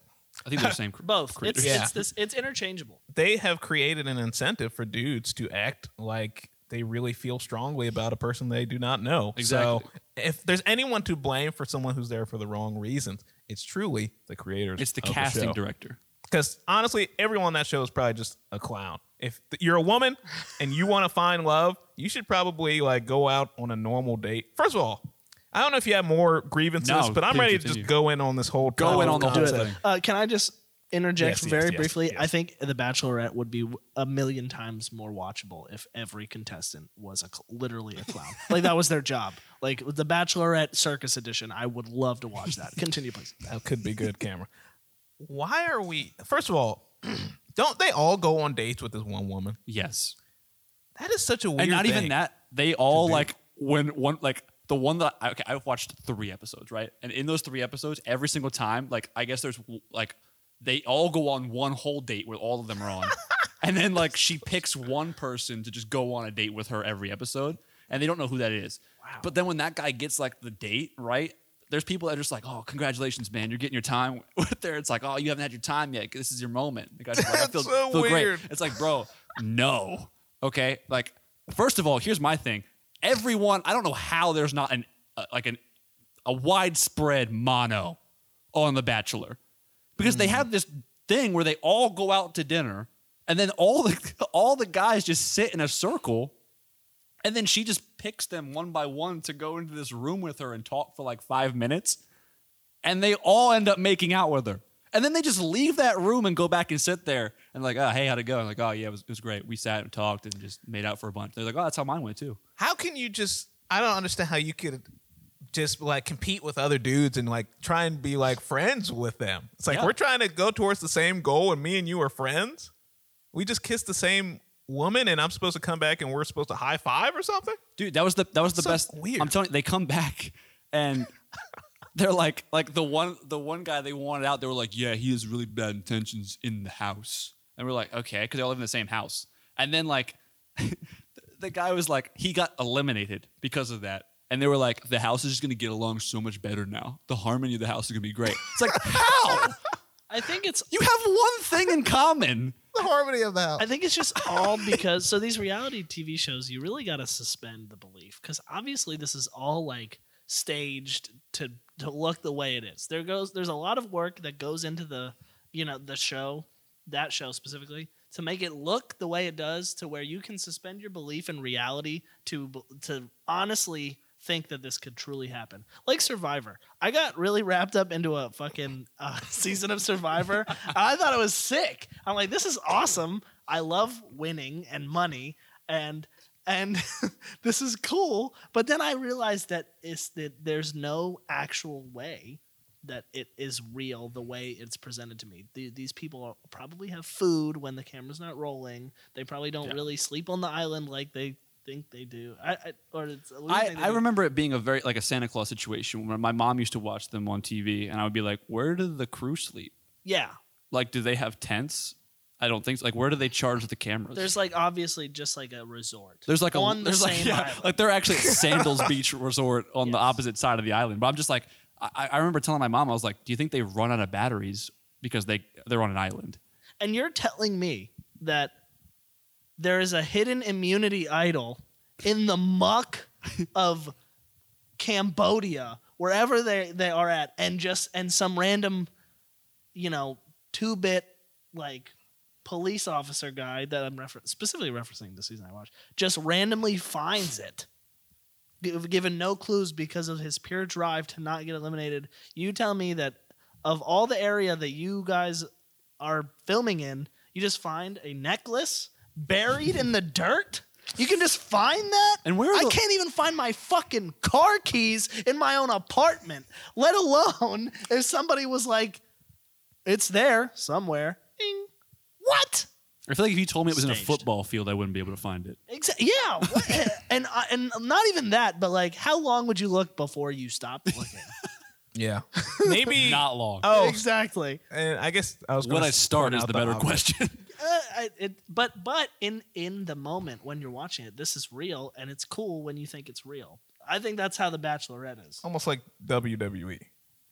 Speaker 1: I think they're the same. cr-
Speaker 2: Both.
Speaker 1: creators.
Speaker 2: It's,
Speaker 3: Yeah.
Speaker 2: it's this it's interchangeable.
Speaker 3: they have created an incentive for dudes to act like they really feel strongly about a person they do not know.
Speaker 1: Exactly.
Speaker 3: So if there's anyone to blame for someone who's there for the wrong reasons, it's truly the creators.
Speaker 1: It's the casting director.
Speaker 3: Because honestly, everyone on that show is probably just a clown. If th- you're a woman and you want to find love, you should probably like go out on a normal date. First of all, I don't know if you have more grievances,
Speaker 1: No,
Speaker 3: but I'm
Speaker 1: please
Speaker 3: ready to
Speaker 1: continue.
Speaker 3: just go in on this whole
Speaker 1: Go in
Speaker 3: travel
Speaker 1: on the whole
Speaker 3: concept.
Speaker 1: thing.
Speaker 2: Uh, can I just interject
Speaker 3: Yes, yes,
Speaker 2: very
Speaker 3: yes,
Speaker 2: briefly?
Speaker 3: yes.
Speaker 2: I think The Bachelorette would be a million times more watchable if every contestant was a cl- literally a clown. like that was their job. Like The Bachelorette Circus Edition. I would love to watch that. Continue, please.
Speaker 3: That could be good camera. Why are we? First of all, don't they all go on dates with this one woman?
Speaker 1: Yes.
Speaker 3: That is such a weird.
Speaker 1: and not even
Speaker 3: thing.
Speaker 1: that they all
Speaker 3: do.
Speaker 1: like when one like the one that I, okay, I've watched three episodes right and in those three episodes every single time like I guess there's like they all go on one whole date where all of them are on and then like she picks one person to just go on a date with her every episode and they don't know who that is
Speaker 2: Wow.
Speaker 1: but then when that guy gets like the date right there's people that are just like oh congratulations man you're getting your time with there it's like oh you haven't had your time yet this is your moment the guy's like, I
Speaker 3: That's
Speaker 1: feel,
Speaker 3: so
Speaker 1: feel
Speaker 3: weird.
Speaker 1: great it's like, bro, no. Okay. Like, first of all, here's my thing. Everyone, I don't know how there's not an uh, like an a widespread mono on The Bachelor because
Speaker 3: Hmm.
Speaker 1: they have this thing where they all go out to dinner and then all the all the guys just sit in a circle and then she just picks them one by one to go into this room with her and talk for like 5 minutes and they all end up making out with her. And then they just leave that room and go back and sit there and like, oh, hey, how'd it go? And like, oh yeah, it was, it was great. We sat and talked and just made out for a bunch. They're like, oh, that's how mine went too.
Speaker 3: How can you just? I don't understand how you could just like compete with other dudes and like try and be like friends with them. It's like
Speaker 1: Yeah.
Speaker 3: we're trying to go towards the same goal, and me and you are friends. We just kissed the same woman, and I'm supposed to come back and we're supposed to high five or something.
Speaker 1: Dude, that was the that was the
Speaker 3: So
Speaker 1: best.
Speaker 3: weird.
Speaker 1: I'm telling you, they come back and they're like, like the one the one guy they wanted out. They were like, yeah, he has really bad intentions in the house. And we're like, okay, because they all live in the same house. And then like, the guy was like, he got eliminated because of that. And they were like, the house is just gonna get along so much better now. The harmony of the house is gonna be great. It's like, how?
Speaker 2: I think it's
Speaker 1: You have one thing in common.
Speaker 3: The harmony of the house.
Speaker 2: I think it's just all because so these reality TV shows, you really got to suspend the belief because obviously this is all like staged to to look the way it is. There goes there's a lot of work that goes into the you know the show that show specifically to make it look the way it does to where you can suspend your belief in reality to b- to honestly think that this could truly happen like survivor i got really wrapped up into a fucking uh, season of survivor and i thought it was sick i'm like this is awesome i love winning and money and and this is cool but then i realized that it's that there's no actual way that it is real the way it's presented to me. The, these people are, probably have food when the camera's not rolling. They probably don't
Speaker 1: Yeah.
Speaker 2: really sleep on the island like they think they do. I, I or it's at least
Speaker 1: I,
Speaker 2: they
Speaker 1: I
Speaker 2: do.
Speaker 1: remember it being a very like a Santa Claus situation when my mom used to watch them on TV, and I would be like, "Where do the crew sleep?
Speaker 2: Yeah,
Speaker 1: Like, do they have tents? I don't think so. Like, where do they charge the cameras?
Speaker 2: there's like obviously just like a resort.
Speaker 1: there's like
Speaker 2: on
Speaker 1: a
Speaker 2: the
Speaker 1: there's like
Speaker 2: same
Speaker 1: yeah,
Speaker 2: island.
Speaker 1: like they're actually at Sandals Beach Resort on the
Speaker 2: Yes.
Speaker 1: opposite side of the island. But I'm just like, I, I remember telling my mom, I was like, "Do you think they run out of batteries because they they're on an island?
Speaker 2: and you're telling me that there is a hidden immunity idol in the muck of Cambodia wherever they, they are at and just and some random you know two bit like police officer guy that i'm refer- specifically referencing the season i watched just randomly finds it Giv- given no clues because of his pure drive to not get eliminated you tell me that of all the area that you guys are filming in you just find a necklace buried in the dirt you can just find that
Speaker 1: And where are
Speaker 2: i
Speaker 1: the-
Speaker 2: can't can't even find my fucking car keys in my own apartment, let alone if somebody was like, it's there somewhere. Ding. What?
Speaker 1: I feel like if you told me it was in a
Speaker 2: Staged.
Speaker 1: football field, I wouldn't be able to find it.
Speaker 2: Exa- yeah. what- and, I and not even that, but like, how long would you look before you stopped looking?
Speaker 3: Yeah. Maybe.
Speaker 1: Not long.
Speaker 3: oh,
Speaker 2: exactly.
Speaker 3: and I guess I was.
Speaker 1: what
Speaker 3: gonna
Speaker 1: I start
Speaker 3: point
Speaker 1: is
Speaker 3: out
Speaker 1: the better
Speaker 3: obvious.
Speaker 1: question.
Speaker 2: Uh, I- it, but but in in the moment when you're watching it, this is real, and it's cool when you think it's real. I think that's how The Bachelorette is.
Speaker 3: Almost like WWE.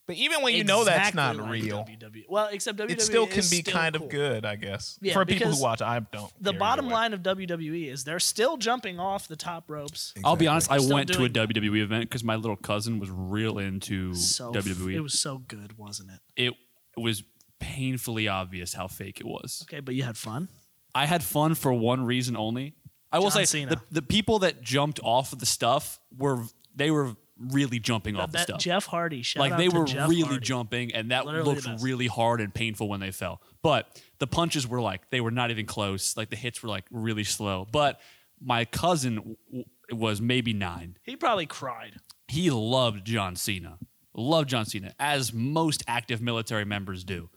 Speaker 3: But even when you know that's not
Speaker 2: Exactly like
Speaker 3: real,
Speaker 2: WWE. Well, except WWE
Speaker 3: it still can
Speaker 2: is
Speaker 3: be kind
Speaker 2: cool.
Speaker 3: of good, I guess.
Speaker 2: Yeah,
Speaker 3: For people
Speaker 2: because
Speaker 3: who watch, I don't.
Speaker 2: the
Speaker 3: care
Speaker 2: bottom
Speaker 3: either way.
Speaker 2: line of WWE is they're still jumping off the top ropes.
Speaker 1: I'll be honest. I
Speaker 2: Still
Speaker 1: went to a
Speaker 2: doing that.
Speaker 1: WWE event because my little cousin was real into
Speaker 2: So
Speaker 1: WWE.
Speaker 2: it was so good, wasn't it?
Speaker 1: it was painfully obvious how fake it was.
Speaker 2: Okay, but you had fun.
Speaker 1: I had fun for one reason only. I will
Speaker 2: John
Speaker 1: say
Speaker 2: Cena.
Speaker 1: the, the people that jumped off of the stuff were they were really jumping off the
Speaker 2: That
Speaker 1: stuff.
Speaker 2: Jeff Hardy, shout
Speaker 1: like
Speaker 2: out
Speaker 1: they
Speaker 2: to
Speaker 1: were
Speaker 2: Jeff
Speaker 1: really
Speaker 2: Hardy.
Speaker 1: jumping and that
Speaker 2: Literally the
Speaker 1: looked
Speaker 2: best.
Speaker 1: really hard and painful when they fell but the punches were like they were not even close like the hits were like really slow but my cousin w- w- was maybe nine
Speaker 2: He probably cried.
Speaker 1: he loved john cena loved john cena as most active military members do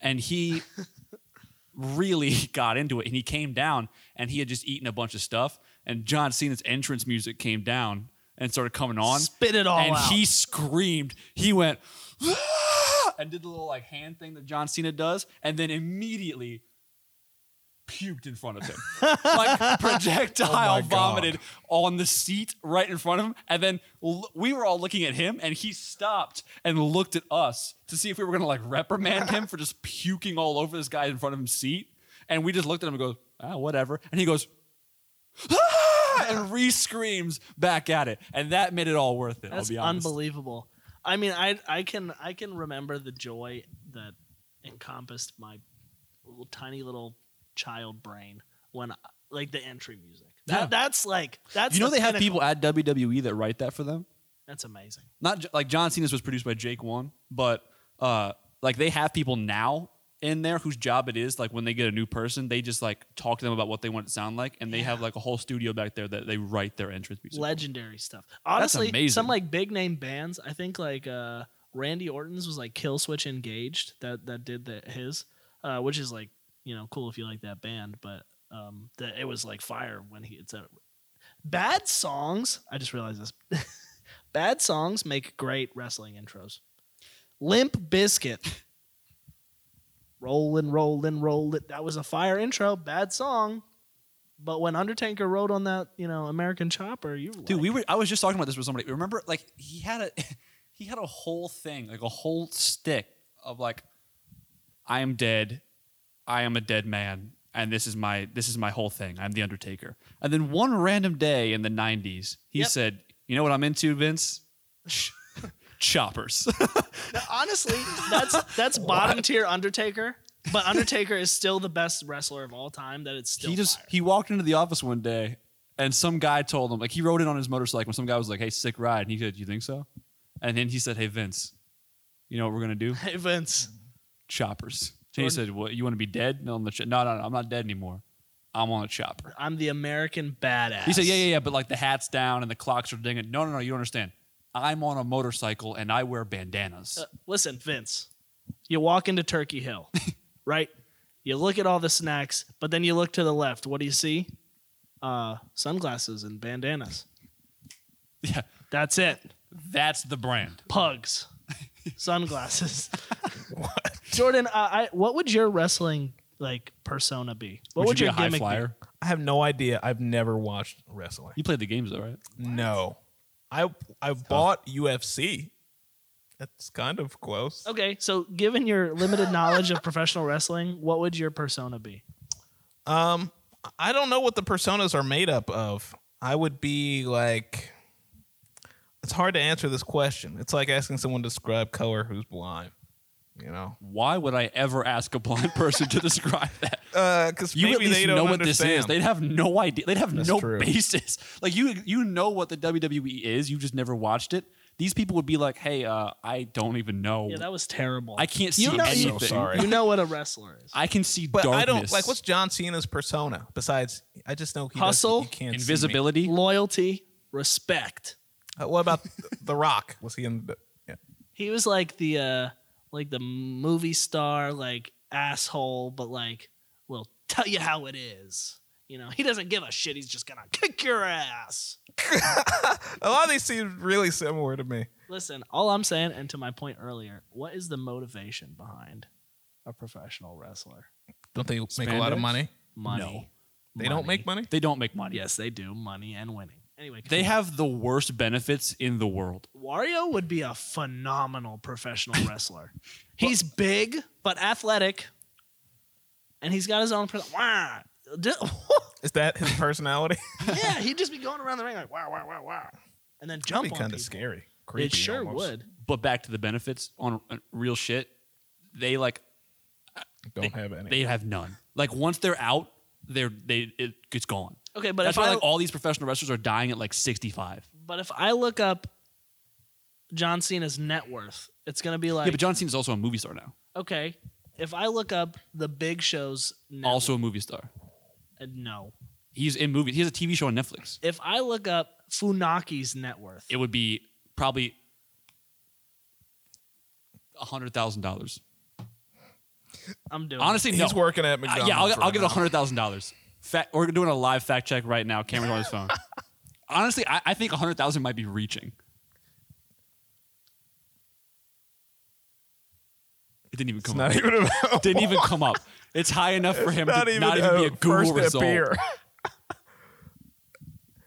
Speaker 1: and he really got into it and he came down and he had just eaten a bunch of stuff and john cena's entrance music came down and started coming on
Speaker 2: Spit it
Speaker 3: Oh,
Speaker 2: all
Speaker 1: and
Speaker 2: out.
Speaker 1: he screamed. He went "Ah!" and did the little like hand thing that John Cena does, and then immediately puked in front of him, like projectile
Speaker 3: Oh my God.
Speaker 1: vomited on the seat right in front of him. And then l- we were all looking at him, and he stopped and looked at us to see if we were gonna like reprimand him for just puking all over this guy in front of his seat. And we just looked at him and goes, ah, whatever. And he goes. "Ah!" and re-screams back at it, and that made it all worth it. I'll
Speaker 2: That's
Speaker 1: be honest.
Speaker 2: unbelievable. I mean, I I can I can remember the joy that encompassed my little, tiny little child brain when like the entry music. That,
Speaker 1: Yeah.
Speaker 2: That's like that's
Speaker 1: you know
Speaker 2: the
Speaker 1: they have
Speaker 2: pinnacle.
Speaker 1: people at WWE that write that for them.
Speaker 2: That's amazing.
Speaker 1: Not J- like John Cena's was produced by Jake One, but uh, like they have people now in there whose job it is like when they get a new person, they just like talk to them about what they want it to sound like, and they have like a whole studio back there that they write their entrance music.
Speaker 2: legendary stuff. Honestly,
Speaker 1: amazing.
Speaker 2: some like big name bands. I think like uh, Randy Orton's was like Kill Switch Engaged that that did the, his, uh, which is like you know cool if you like that band, but um, that it was like fire when he it's a bad songs. I just realized this. bad songs make great wrestling intros. Limp Biscuit. Rollin', rollin', rollin'. That was a fire intro. Bad song. But when Undertaker rode on that, you know, American chopper, you were
Speaker 1: Dude,
Speaker 2: like,
Speaker 1: we were. I was just talking about this with somebody. Remember, like he had a, he had a whole thing, like a whole stick of like, I am dead, I am a dead man, and this is my this is my whole thing. I'm the Undertaker. And then one random day in the '90s, he
Speaker 2: Yep.
Speaker 1: said, "You know what I'm into, Vince? Ch- Choppers."
Speaker 2: honestly, that's that's bottom tier Undertaker. But Undertaker is still the best wrestler of all time. That it's still
Speaker 1: he just
Speaker 2: fire.
Speaker 1: he walked into the office one day, and some guy told him like he rode in on his motorcycle. And some guy was like, "Hey, sick ride," and he said, "You think so?" And then he said, "Hey, Vince, you know what we're gonna do?"
Speaker 2: Hey Vince,
Speaker 1: choppers. And he
Speaker 2: Jordan?
Speaker 1: said, "What? You want to be dead?" No, on the ch- no, no, no, I'm not dead anymore. I'm on a chopper.
Speaker 2: I'm the American badass.
Speaker 1: He said, "Yeah, yeah, yeah," but like the hat's down and the clocks are dinging. No, no, no, you don't understand. I'm on a motorcycle and I wear bandanas.
Speaker 2: Uh, listen, Vince, you walk into Turkey Hill, right? You look at all the snacks, but then you look to the left. What do you see? Uh, sunglasses and bandanas.
Speaker 1: yeah,
Speaker 2: That's it.
Speaker 1: that's the brand.
Speaker 2: Pugs, sunglasses. Jordan, I, I, what would your wrestling like persona be? What
Speaker 1: Would, you be a
Speaker 2: your
Speaker 1: high
Speaker 2: gimmick
Speaker 1: flyer?
Speaker 3: I have no idea. I've never watched wrestling.
Speaker 1: You played the games though, right?
Speaker 3: No, I I bought UFC. That's kind of close.
Speaker 2: Okay, so given your limited knowledge of professional wrestling, what would your persona be?
Speaker 3: Um, I don't know what the personas are made up of. I would be like it's hard to answer this question. It's like asking someone to describe color who's blind. You know,
Speaker 1: Why would I ever ask a blind person to describe that?
Speaker 3: because
Speaker 1: You
Speaker 3: uh, maybe
Speaker 1: at
Speaker 3: they
Speaker 1: least
Speaker 3: don't
Speaker 1: know what
Speaker 3: understand.
Speaker 1: this is. They'd have no idea. They'd have
Speaker 3: That's
Speaker 1: no
Speaker 3: true.
Speaker 1: basis. Like you, you know what the WWE is. You just never watched it. These people would be like, "Hey, uh, I don't even know.
Speaker 2: Yeah, that was terrible.
Speaker 1: I can't see
Speaker 2: You know-
Speaker 1: anything.
Speaker 3: I'm so Oh. sorry.
Speaker 2: You know what a wrestler is.
Speaker 1: I can see
Speaker 3: but
Speaker 1: darkness.
Speaker 3: I don't like what's John Cena's persona besides I just know he doesn't-
Speaker 2: Hustle?
Speaker 3: You can't see me.
Speaker 1: invisibility.
Speaker 2: Loyalty, respect.
Speaker 3: Uh, what about The Rock? Was he in? The, yeah.
Speaker 2: He was like the uh like the movie star, like asshole, but like will tell you how it is. You know, he doesn't give a shit. He's just gonna kick your ass.
Speaker 3: A lot of these seem really similar to me.
Speaker 2: Listen, all I'm saying, and to my point earlier, what is the motivation behind a professional wrestler?
Speaker 3: Don't they
Speaker 1: make a lot of Spandex? money?
Speaker 2: Money.
Speaker 1: No.
Speaker 3: They don't make money.
Speaker 1: They don't make money.
Speaker 2: Yes, they do. Money and winning. Anyway,
Speaker 1: They have the worst benefits in the world.
Speaker 2: Wario would be a phenomenal professional wrestler. he's big but athletic, and he's got his own. Pres- wow. D-
Speaker 3: Is that his personality?
Speaker 2: yeah, he'd just be going around the ring like wow, wow, wow, wow, and then jump
Speaker 3: That'd be
Speaker 2: on
Speaker 3: kind
Speaker 2: people.
Speaker 3: of scary. Creepy
Speaker 2: It sure
Speaker 3: almost.
Speaker 2: would.
Speaker 1: But back to the benefits on uh, real shit, they like
Speaker 3: Don't have any.
Speaker 1: they have none. Like once they're out, they're they it, it's gone.
Speaker 2: Okay, but
Speaker 1: That's
Speaker 2: if
Speaker 1: why
Speaker 2: I
Speaker 1: like all these professional wrestlers are dying at like 65.
Speaker 2: but if I look up John Cena's net worth, it's gonna be like
Speaker 1: yeah, but John Cena's also a movie star now.
Speaker 2: okay. If I look up the Big Show's net
Speaker 1: Also a movie star.
Speaker 2: worth, uh, no.
Speaker 1: He's in movies. He has a TV show on Netflix.
Speaker 2: If I look up Funaki's net worth,
Speaker 1: It would be probably hundred thousand dollars.
Speaker 2: I'm doing it.
Speaker 1: Honestly, no.
Speaker 3: He's working at
Speaker 1: Uh,
Speaker 3: McDonald's.
Speaker 1: yeah, I'll,
Speaker 3: right
Speaker 1: I'll give
Speaker 3: now.
Speaker 1: it hundred thousand dollars. We're doing a live fact check right now. Cameron's on his phone. Honestly, I, I think hundred thousand might be reaching. It didn't even
Speaker 3: It's
Speaker 1: come
Speaker 3: not
Speaker 1: up.
Speaker 3: even about.
Speaker 1: didn't even come up. It's high enough for him
Speaker 3: not
Speaker 1: to
Speaker 3: even,
Speaker 1: not even be
Speaker 3: uh,
Speaker 1: a Google
Speaker 3: first
Speaker 1: result.
Speaker 3: appear.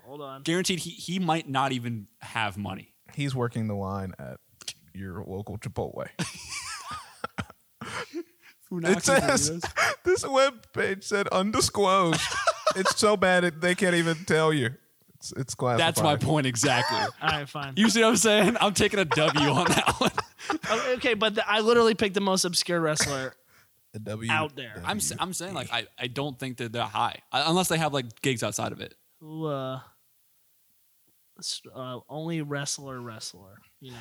Speaker 2: Hold on.
Speaker 1: Guaranteed, he he might not even have money.
Speaker 3: He's working the line at your local Chipotle. It says this web page said undisclosed. it's so bad it, they can't even tell you. It's, it's classified.
Speaker 1: That's my point exactly.
Speaker 2: All right, fine.
Speaker 1: You see what I'm saying? I'm taking a W on that one.
Speaker 2: Oh, okay, but the, I literally picked the most obscure wrestler.
Speaker 3: The W
Speaker 2: out there.
Speaker 1: I'm s- I'm saying like I, I don't think that they're high I- unless they have like gigs outside of it.
Speaker 2: Who, uh, s- uh, only wrestler, wrestler. You know,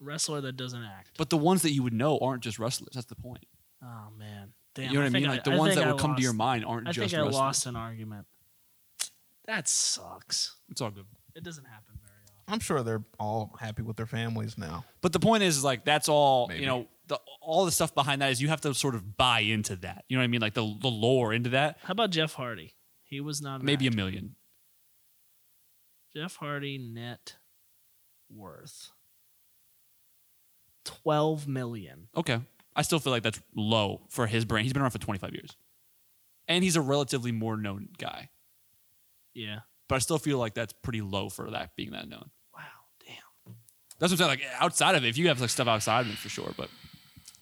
Speaker 2: wrestler that doesn't act.
Speaker 1: But the ones that you would know aren't just wrestlers. That's the point.
Speaker 2: Oh man, damn.
Speaker 1: you know what I
Speaker 2: think
Speaker 1: mean? Like the ones
Speaker 2: think
Speaker 1: that
Speaker 2: I
Speaker 1: would come to your
Speaker 2: lost.
Speaker 1: mind aren't
Speaker 2: I
Speaker 1: just
Speaker 2: think I
Speaker 1: wrestlers.
Speaker 2: lost an argument. That sucks.
Speaker 1: It's all good.
Speaker 2: It doesn't happen very often.
Speaker 3: I'm sure they're all happy with their families now.
Speaker 1: But the point is, is like that's all
Speaker 3: Maybe.
Speaker 1: you know. The, all the stuff behind that is you have to sort of buy into that. You know what I mean? Like the the lore into that.
Speaker 2: How about Jeff Hardy? He was not an
Speaker 1: Maybe a
Speaker 2: actor.
Speaker 1: million.
Speaker 2: Jeff Hardy net worth twelve million.
Speaker 1: Okay. I still feel like that's low for his brand. He's been around for 25 years. And he's a relatively more known guy.
Speaker 2: Yeah.
Speaker 1: But I still feel like that's pretty low for that being that known.
Speaker 2: Wow. Damn.
Speaker 1: That's what I'm saying. Like outside of it, if you have like stuff outside of it for sure. But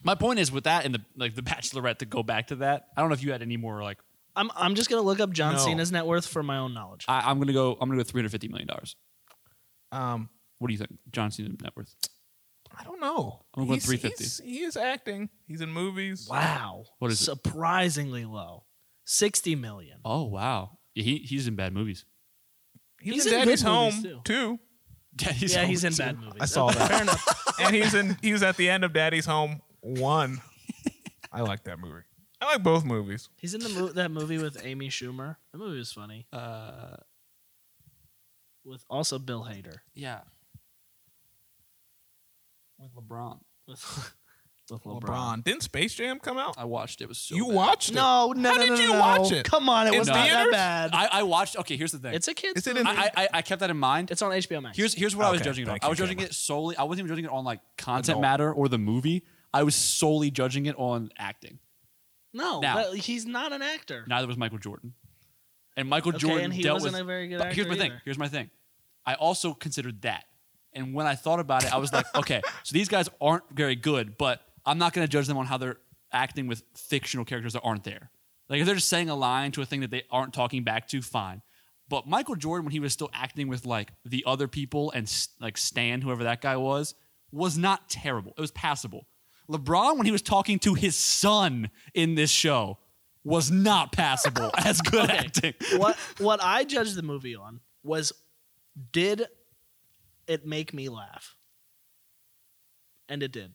Speaker 1: my point is with that and the like the Bachelorette to go back to that, I don't know if you had any more like
Speaker 2: I'm I'm just gonna look up John
Speaker 3: No.
Speaker 2: Cena's net worth for my own knowledge.
Speaker 1: I, I'm gonna go I'm gonna go 350 million dollars.
Speaker 3: Um,
Speaker 1: What do you think? John Cena net worth.
Speaker 3: I don't know.
Speaker 1: I'm going
Speaker 3: He's-
Speaker 1: 350.
Speaker 3: he's- He is acting. He's in movies.
Speaker 2: wow.
Speaker 1: What is it?
Speaker 2: surprisingly low? Sixty million.
Speaker 1: Oh wow. Yeah, he, he's in bad movies.
Speaker 3: He's,
Speaker 2: He's
Speaker 3: in
Speaker 2: in
Speaker 3: Daddy's
Speaker 2: good movies, too.
Speaker 3: Home too.
Speaker 1: Yeah, he's,
Speaker 2: yeah, he's in
Speaker 1: always-
Speaker 2: bad movies. Uh,
Speaker 3: I saw that.
Speaker 2: Fair enough.
Speaker 3: and he's in. He was at the end of Daddy's Home One. I like that movie. I like both movies.
Speaker 2: He's in the mo- that movie with Amy Schumer. The movie was funny.
Speaker 1: Uh,
Speaker 2: With also Bill Hader.
Speaker 1: yeah. With LeBron.
Speaker 2: With, with LeBron.
Speaker 3: LeBron. Didn't Space Jam come out?
Speaker 1: I watched it. It was so
Speaker 3: you
Speaker 1: bad.
Speaker 3: watched it?
Speaker 2: No, no,
Speaker 3: How
Speaker 2: no,
Speaker 3: did
Speaker 2: no,
Speaker 3: you
Speaker 2: no.
Speaker 3: watch it?
Speaker 2: Come on, it
Speaker 3: In
Speaker 2: was not that
Speaker 3: theaters?
Speaker 2: bad.
Speaker 1: I, I watched. Okay, here's the thing.
Speaker 2: it's a kid.
Speaker 3: Is it in-
Speaker 1: I, I, I kept that in mind.
Speaker 2: it's on HBO Max.
Speaker 1: Here's here's what I was
Speaker 3: Okay,
Speaker 1: judging it on.
Speaker 3: thank
Speaker 1: I was
Speaker 3: you,
Speaker 1: judging
Speaker 3: Cameron.
Speaker 1: it solely. I wasn't even judging it on like content
Speaker 3: Adult.
Speaker 1: matter or the movie. I was solely judging it on acting.
Speaker 2: no,
Speaker 1: now.
Speaker 2: but he's not an actor.
Speaker 1: Neither was Michael Jordan, and Michael
Speaker 2: Okay,
Speaker 1: Jordan
Speaker 2: and he
Speaker 1: dealt
Speaker 2: wasn't
Speaker 1: with.
Speaker 2: a very good
Speaker 1: but
Speaker 2: actor.
Speaker 1: here's my thing.
Speaker 2: either.
Speaker 1: Here's my thing. I also considered that, and when I thought about it, I was like, okay, so these guys aren't very good, but I'm not going to judge them on how they're acting with fictional characters that aren't there. Like if they're just saying a line to a thing that they aren't talking back to, fine. But Michael Jordan, when he was still acting with like the other people and s- like Stan, whoever that guy was, was not terrible. It was passable. LeBron, when he was talking to his son in this show, was not passable as good acting.
Speaker 2: what what I judged the movie on was did it make me laugh? And it did.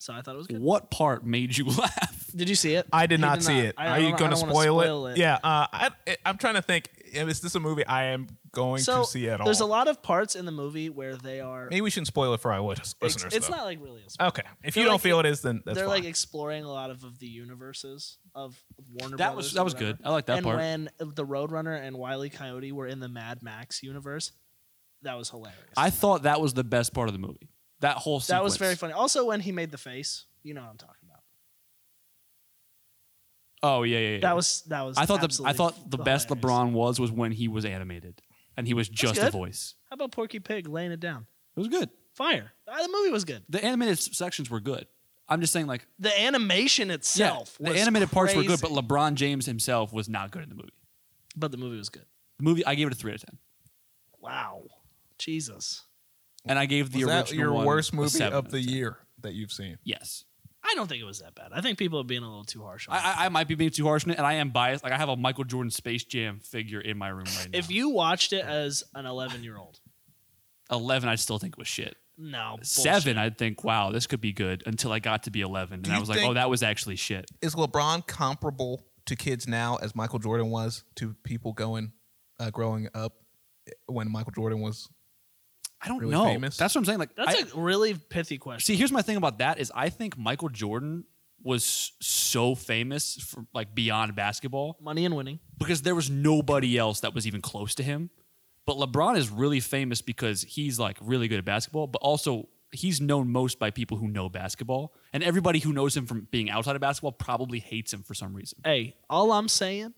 Speaker 2: So I thought it was good.
Speaker 1: What part made you laugh?
Speaker 2: Did you see it?
Speaker 3: I did
Speaker 2: He
Speaker 3: not see it.
Speaker 2: I- I
Speaker 3: Are you
Speaker 2: don't- I
Speaker 3: going to
Speaker 2: don't wanna
Speaker 3: spoil,
Speaker 2: spoil
Speaker 3: it?
Speaker 2: it.
Speaker 3: Yeah, uh, I, I'm trying to think. Is this a movie I am going
Speaker 2: So
Speaker 3: to see at all?
Speaker 2: there's a lot of parts in the movie where they are.
Speaker 3: Maybe we shouldn't spoil it for our lis-
Speaker 2: it's,
Speaker 3: listeners.
Speaker 2: it's
Speaker 3: though.
Speaker 2: not like really. A spoiler.
Speaker 3: Okay, if you
Speaker 2: They're
Speaker 3: don't
Speaker 2: like-
Speaker 3: feel it is, then Oh, that's
Speaker 2: They're
Speaker 3: fine.
Speaker 2: like exploring a lot of, of the universes of Warner.
Speaker 1: That
Speaker 2: Brothers
Speaker 1: was
Speaker 2: or
Speaker 1: that was
Speaker 2: whatever.
Speaker 1: good. I like that
Speaker 2: and
Speaker 1: part.
Speaker 2: when the Roadrunner and Wile E. Coyote were in the Mad Max universe, that was hilarious.
Speaker 1: I thought that was the best part of the movie. That whole
Speaker 2: that was
Speaker 1: sequence.
Speaker 2: very funny. Also, when he made the face, you know what I'm talking about.
Speaker 1: Oh yeah, yeah, yeah.
Speaker 2: That was that was.
Speaker 1: I thought the I
Speaker 2: absolutely
Speaker 1: thought the best
Speaker 2: hilarious.
Speaker 1: LeBron was was when he was animated and he was just a
Speaker 2: good.
Speaker 1: voice.
Speaker 2: How about Porky Pig laying it down?
Speaker 1: It was good.
Speaker 2: Fire. Ah, the movie was good.
Speaker 1: The animated s- sections were good. I'm just saying, like,
Speaker 2: The animation
Speaker 1: yeah,
Speaker 2: itself.
Speaker 1: the
Speaker 2: was
Speaker 1: animated parts were good, but
Speaker 2: crazy.
Speaker 1: LeBron James himself was not good in the movie.
Speaker 2: but the movie was good.
Speaker 1: The movie, I gave it a three out of ten,
Speaker 2: Wow. Jesus.
Speaker 1: and I gave the
Speaker 3: Was that
Speaker 1: original
Speaker 3: your
Speaker 1: one
Speaker 3: worst
Speaker 1: a
Speaker 3: movie
Speaker 1: seven
Speaker 3: of
Speaker 1: out
Speaker 3: the
Speaker 1: 10.
Speaker 3: year that you've seen?
Speaker 1: Yes,
Speaker 2: I don't think it was that bad. I think people are being a little too harsh on it.
Speaker 1: I, I, I might be being too harsh on it, and I am biased. Like, I have a Michael Jordan Space Jam figure in my room right now.
Speaker 2: If you watched it as an 11 year old,
Speaker 1: eleven, I still think was shit.
Speaker 2: no. bullshit.
Speaker 1: Seven, I'd think, wow, this could be good. Until I got to be eleven,
Speaker 3: Do
Speaker 1: and I
Speaker 3: you
Speaker 1: was like,
Speaker 3: think-
Speaker 1: oh, that was actually shit.
Speaker 3: Is LeBron comparable to kids now as Michael Jordan was to people going uh, growing up when Michael Jordan was?
Speaker 1: I don't
Speaker 3: Really
Speaker 1: know.
Speaker 3: famous?
Speaker 1: That's what I'm saying. Like, I-
Speaker 2: That's a really pithy question.
Speaker 1: See, here's my thing about that is I think Michael Jordan was so famous for like beyond basketball
Speaker 2: Money and winning.
Speaker 1: because there was nobody else that was even close to him. But LeBron is really famous because he's like really good at basketball, but also he's known most by people who know basketball. And everybody who knows him from being outside of basketball probably hates him for some reason.
Speaker 2: Hey, all I'm saying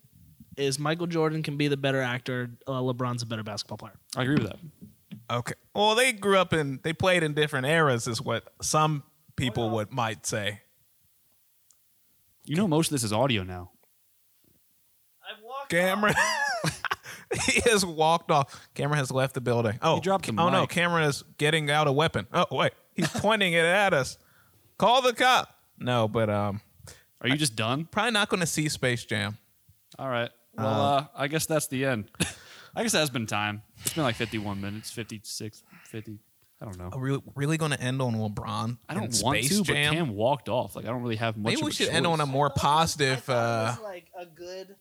Speaker 2: is Michael Jordan can be the better actor. Uh, LeBron's a better basketball player.
Speaker 1: I agree with that.
Speaker 3: Okay. Well, they grew up in they played in different eras, is what some
Speaker 2: Oh,
Speaker 3: people would might say.
Speaker 1: You know, most of this is audio now.
Speaker 2: I've walked.
Speaker 3: Cameron. he has walked off. Cameron has left the building. Oh,
Speaker 1: He dropped the
Speaker 3: oh no,
Speaker 1: mic.
Speaker 3: Cameron is getting out a weapon. Oh wait, he's pointing it at us. Call the cop. No, but um,
Speaker 1: Are you just done?
Speaker 3: probably not going to see Space Jam.
Speaker 1: All right. Well, uh, I guess that's the end. I guess that's been time. It's been like 51 minutes, 56, 50. I don't know.
Speaker 3: Are we really going to end on LeBron?
Speaker 1: I don't
Speaker 3: and
Speaker 1: want
Speaker 3: Space
Speaker 1: to,
Speaker 3: Jam?
Speaker 1: but Cam walked off. Like I don't really have much.
Speaker 3: Maybe
Speaker 1: of
Speaker 3: we
Speaker 1: a
Speaker 3: should end
Speaker 1: choice.
Speaker 3: on a more positive uh,
Speaker 2: like a good.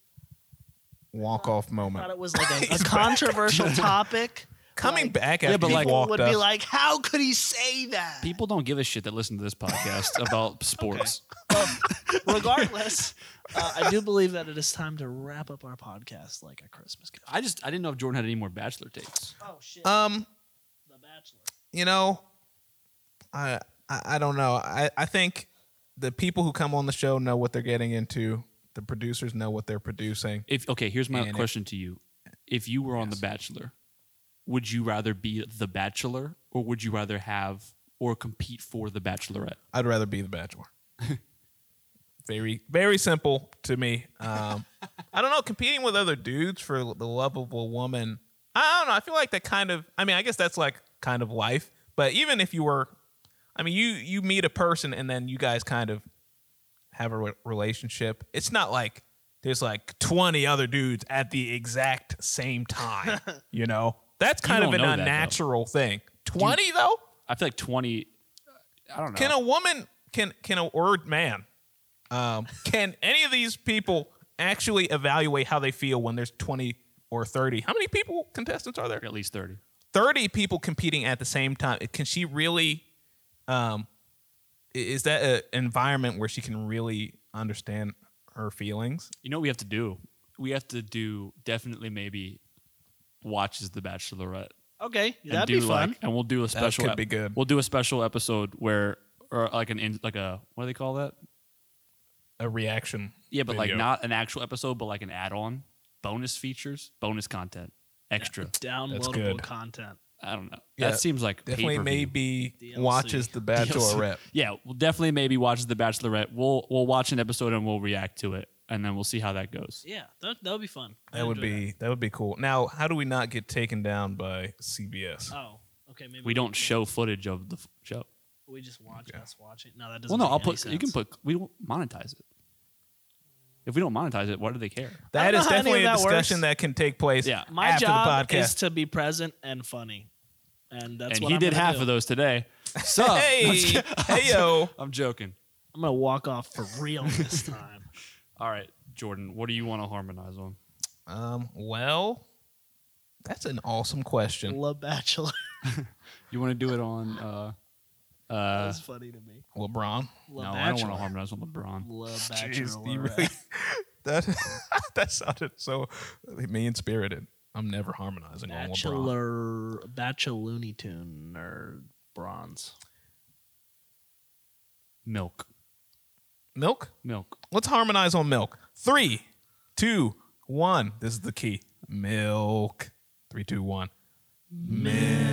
Speaker 3: walk-off
Speaker 2: I thought it
Speaker 3: moment.
Speaker 2: was like a, a controversial topic.
Speaker 3: Coming
Speaker 2: like,
Speaker 3: back
Speaker 1: Yeah,
Speaker 3: after
Speaker 1: but
Speaker 3: he
Speaker 1: like-
Speaker 2: people
Speaker 3: walked
Speaker 2: would
Speaker 3: us.
Speaker 2: be like, "How could he say that?"
Speaker 1: People don't give a shit that listen to this podcast about sports.
Speaker 2: Regardless, uh, I do believe that it is time to wrap up our podcast like a Christmas gift.
Speaker 1: I just I didn't know if Jordan had any more bachelor takes.
Speaker 2: Oh shit,
Speaker 3: um,
Speaker 2: The Bachelor.
Speaker 3: you know, I I, I don't know. I, I think the people who come on the show know what they're getting into. The producers know what they're producing.
Speaker 1: If okay, here's my
Speaker 3: And it-
Speaker 1: question to you: If you were on the
Speaker 3: Yes.
Speaker 1: Bachelor, would you rather be the Bachelor or would you rather have or compete for the Bachelorette?
Speaker 3: I'd rather be the bachelor. very very simple to me. Um, I don't know. Competing with other dudes for the love of a woman. I don't know. I feel like that kind of. I mean, I guess that's like kind of life. But even if you were, I mean, you you meet a person and then you guys kind of have a re- relationship. It's not like there's like 20 other dudes at the exact same time. you know, that's kind of
Speaker 1: don't
Speaker 3: an
Speaker 1: know that, though.
Speaker 3: unnatural thing. 20 though.
Speaker 1: I feel like twenty. I don't know.
Speaker 3: Can a woman can can a word man um, can any of these people actually evaluate how they feel when there's 20 or 30? How many people contestants are there?
Speaker 1: At least thirty.
Speaker 3: 30 people competing at the same time. Can she really um i- is that an environment where she can really understand her feelings?
Speaker 1: You know what we have to do? We have to do definitely maybe watches the Bachelorette.
Speaker 2: Okay,
Speaker 1: and
Speaker 2: that'd
Speaker 1: do
Speaker 2: be fun.
Speaker 1: like, and we'll do a special.
Speaker 3: could be good.
Speaker 1: We'll do a special episode where, or like an in, like a what do they call that?
Speaker 3: A reaction.
Speaker 1: Yeah, but like
Speaker 3: video.
Speaker 1: not an actual episode, but like an add-on, bonus features, bonus content, extra.
Speaker 2: Downloadable
Speaker 3: good.
Speaker 2: content.
Speaker 1: I don't know.
Speaker 3: Yeah,
Speaker 1: that seems like
Speaker 3: definitely
Speaker 1: pay-per-view.
Speaker 3: maybe
Speaker 2: DLC.
Speaker 3: watches the
Speaker 1: DLC.
Speaker 3: bachelorette.
Speaker 1: Yeah, we'll definitely maybe watches the Bachelorette. We'll we'll watch an episode and we'll react to it. and then we'll see how that goes.
Speaker 2: Yeah, that that would be fun. I'd
Speaker 3: That would
Speaker 2: enjoy
Speaker 3: be that. would be cool. Now, how do we not get taken down by CBS?
Speaker 2: that. Oh, okay. Maybe
Speaker 1: We don't show footage of the f- show.
Speaker 2: We just watch
Speaker 3: Okay.
Speaker 2: us watching. No, that doesn't.
Speaker 1: Well, no,
Speaker 2: make
Speaker 1: I'll
Speaker 2: any
Speaker 1: put. You can
Speaker 2: sense.
Speaker 1: put. We don't monetize it. If we don't monetize it, why do they care?
Speaker 3: that
Speaker 2: don't
Speaker 3: is
Speaker 2: know how any
Speaker 3: definitely
Speaker 2: of
Speaker 3: a
Speaker 2: that works.
Speaker 3: discussion that can take place.
Speaker 1: Yeah.
Speaker 2: My
Speaker 3: after
Speaker 2: job
Speaker 3: the podcast.
Speaker 2: is to be present and funny, and that's
Speaker 1: and
Speaker 2: what
Speaker 1: he
Speaker 2: I'm
Speaker 1: did
Speaker 2: gonna
Speaker 1: half
Speaker 2: do.
Speaker 1: of those today. So I'm, just
Speaker 3: hey,
Speaker 1: kidding.
Speaker 3: hey yo.
Speaker 1: I'm joking.
Speaker 2: I'm gonna walk off for real this time.
Speaker 1: All right, Jordan, what do you want to harmonize on?
Speaker 3: Um. Well, that's an awesome question.
Speaker 2: Love Bachelor.
Speaker 1: You want to do it on? Uh,
Speaker 2: that
Speaker 1: uh,
Speaker 2: was funny to me.
Speaker 3: LeBron.
Speaker 1: no,
Speaker 2: Love
Speaker 1: I don't
Speaker 2: Bachelor.
Speaker 1: want to harmonize on LeBron.
Speaker 2: Love
Speaker 3: Jeez,
Speaker 2: Bachelor.
Speaker 3: you really- that that sounded so mean spirited. I'm never harmonizing on LeBron.
Speaker 2: Bachelor, Bachelor Looney Tune or bronze.
Speaker 1: Milk,
Speaker 3: Milk.
Speaker 1: milk.
Speaker 3: Let's harmonize on milk. Three, two, one. This is the key. Milk. Three, two, one. Milk.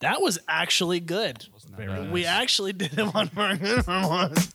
Speaker 2: That was actually good.
Speaker 1: Wasn't that
Speaker 3: Very
Speaker 1: bad?
Speaker 2: We actually did it on purpose.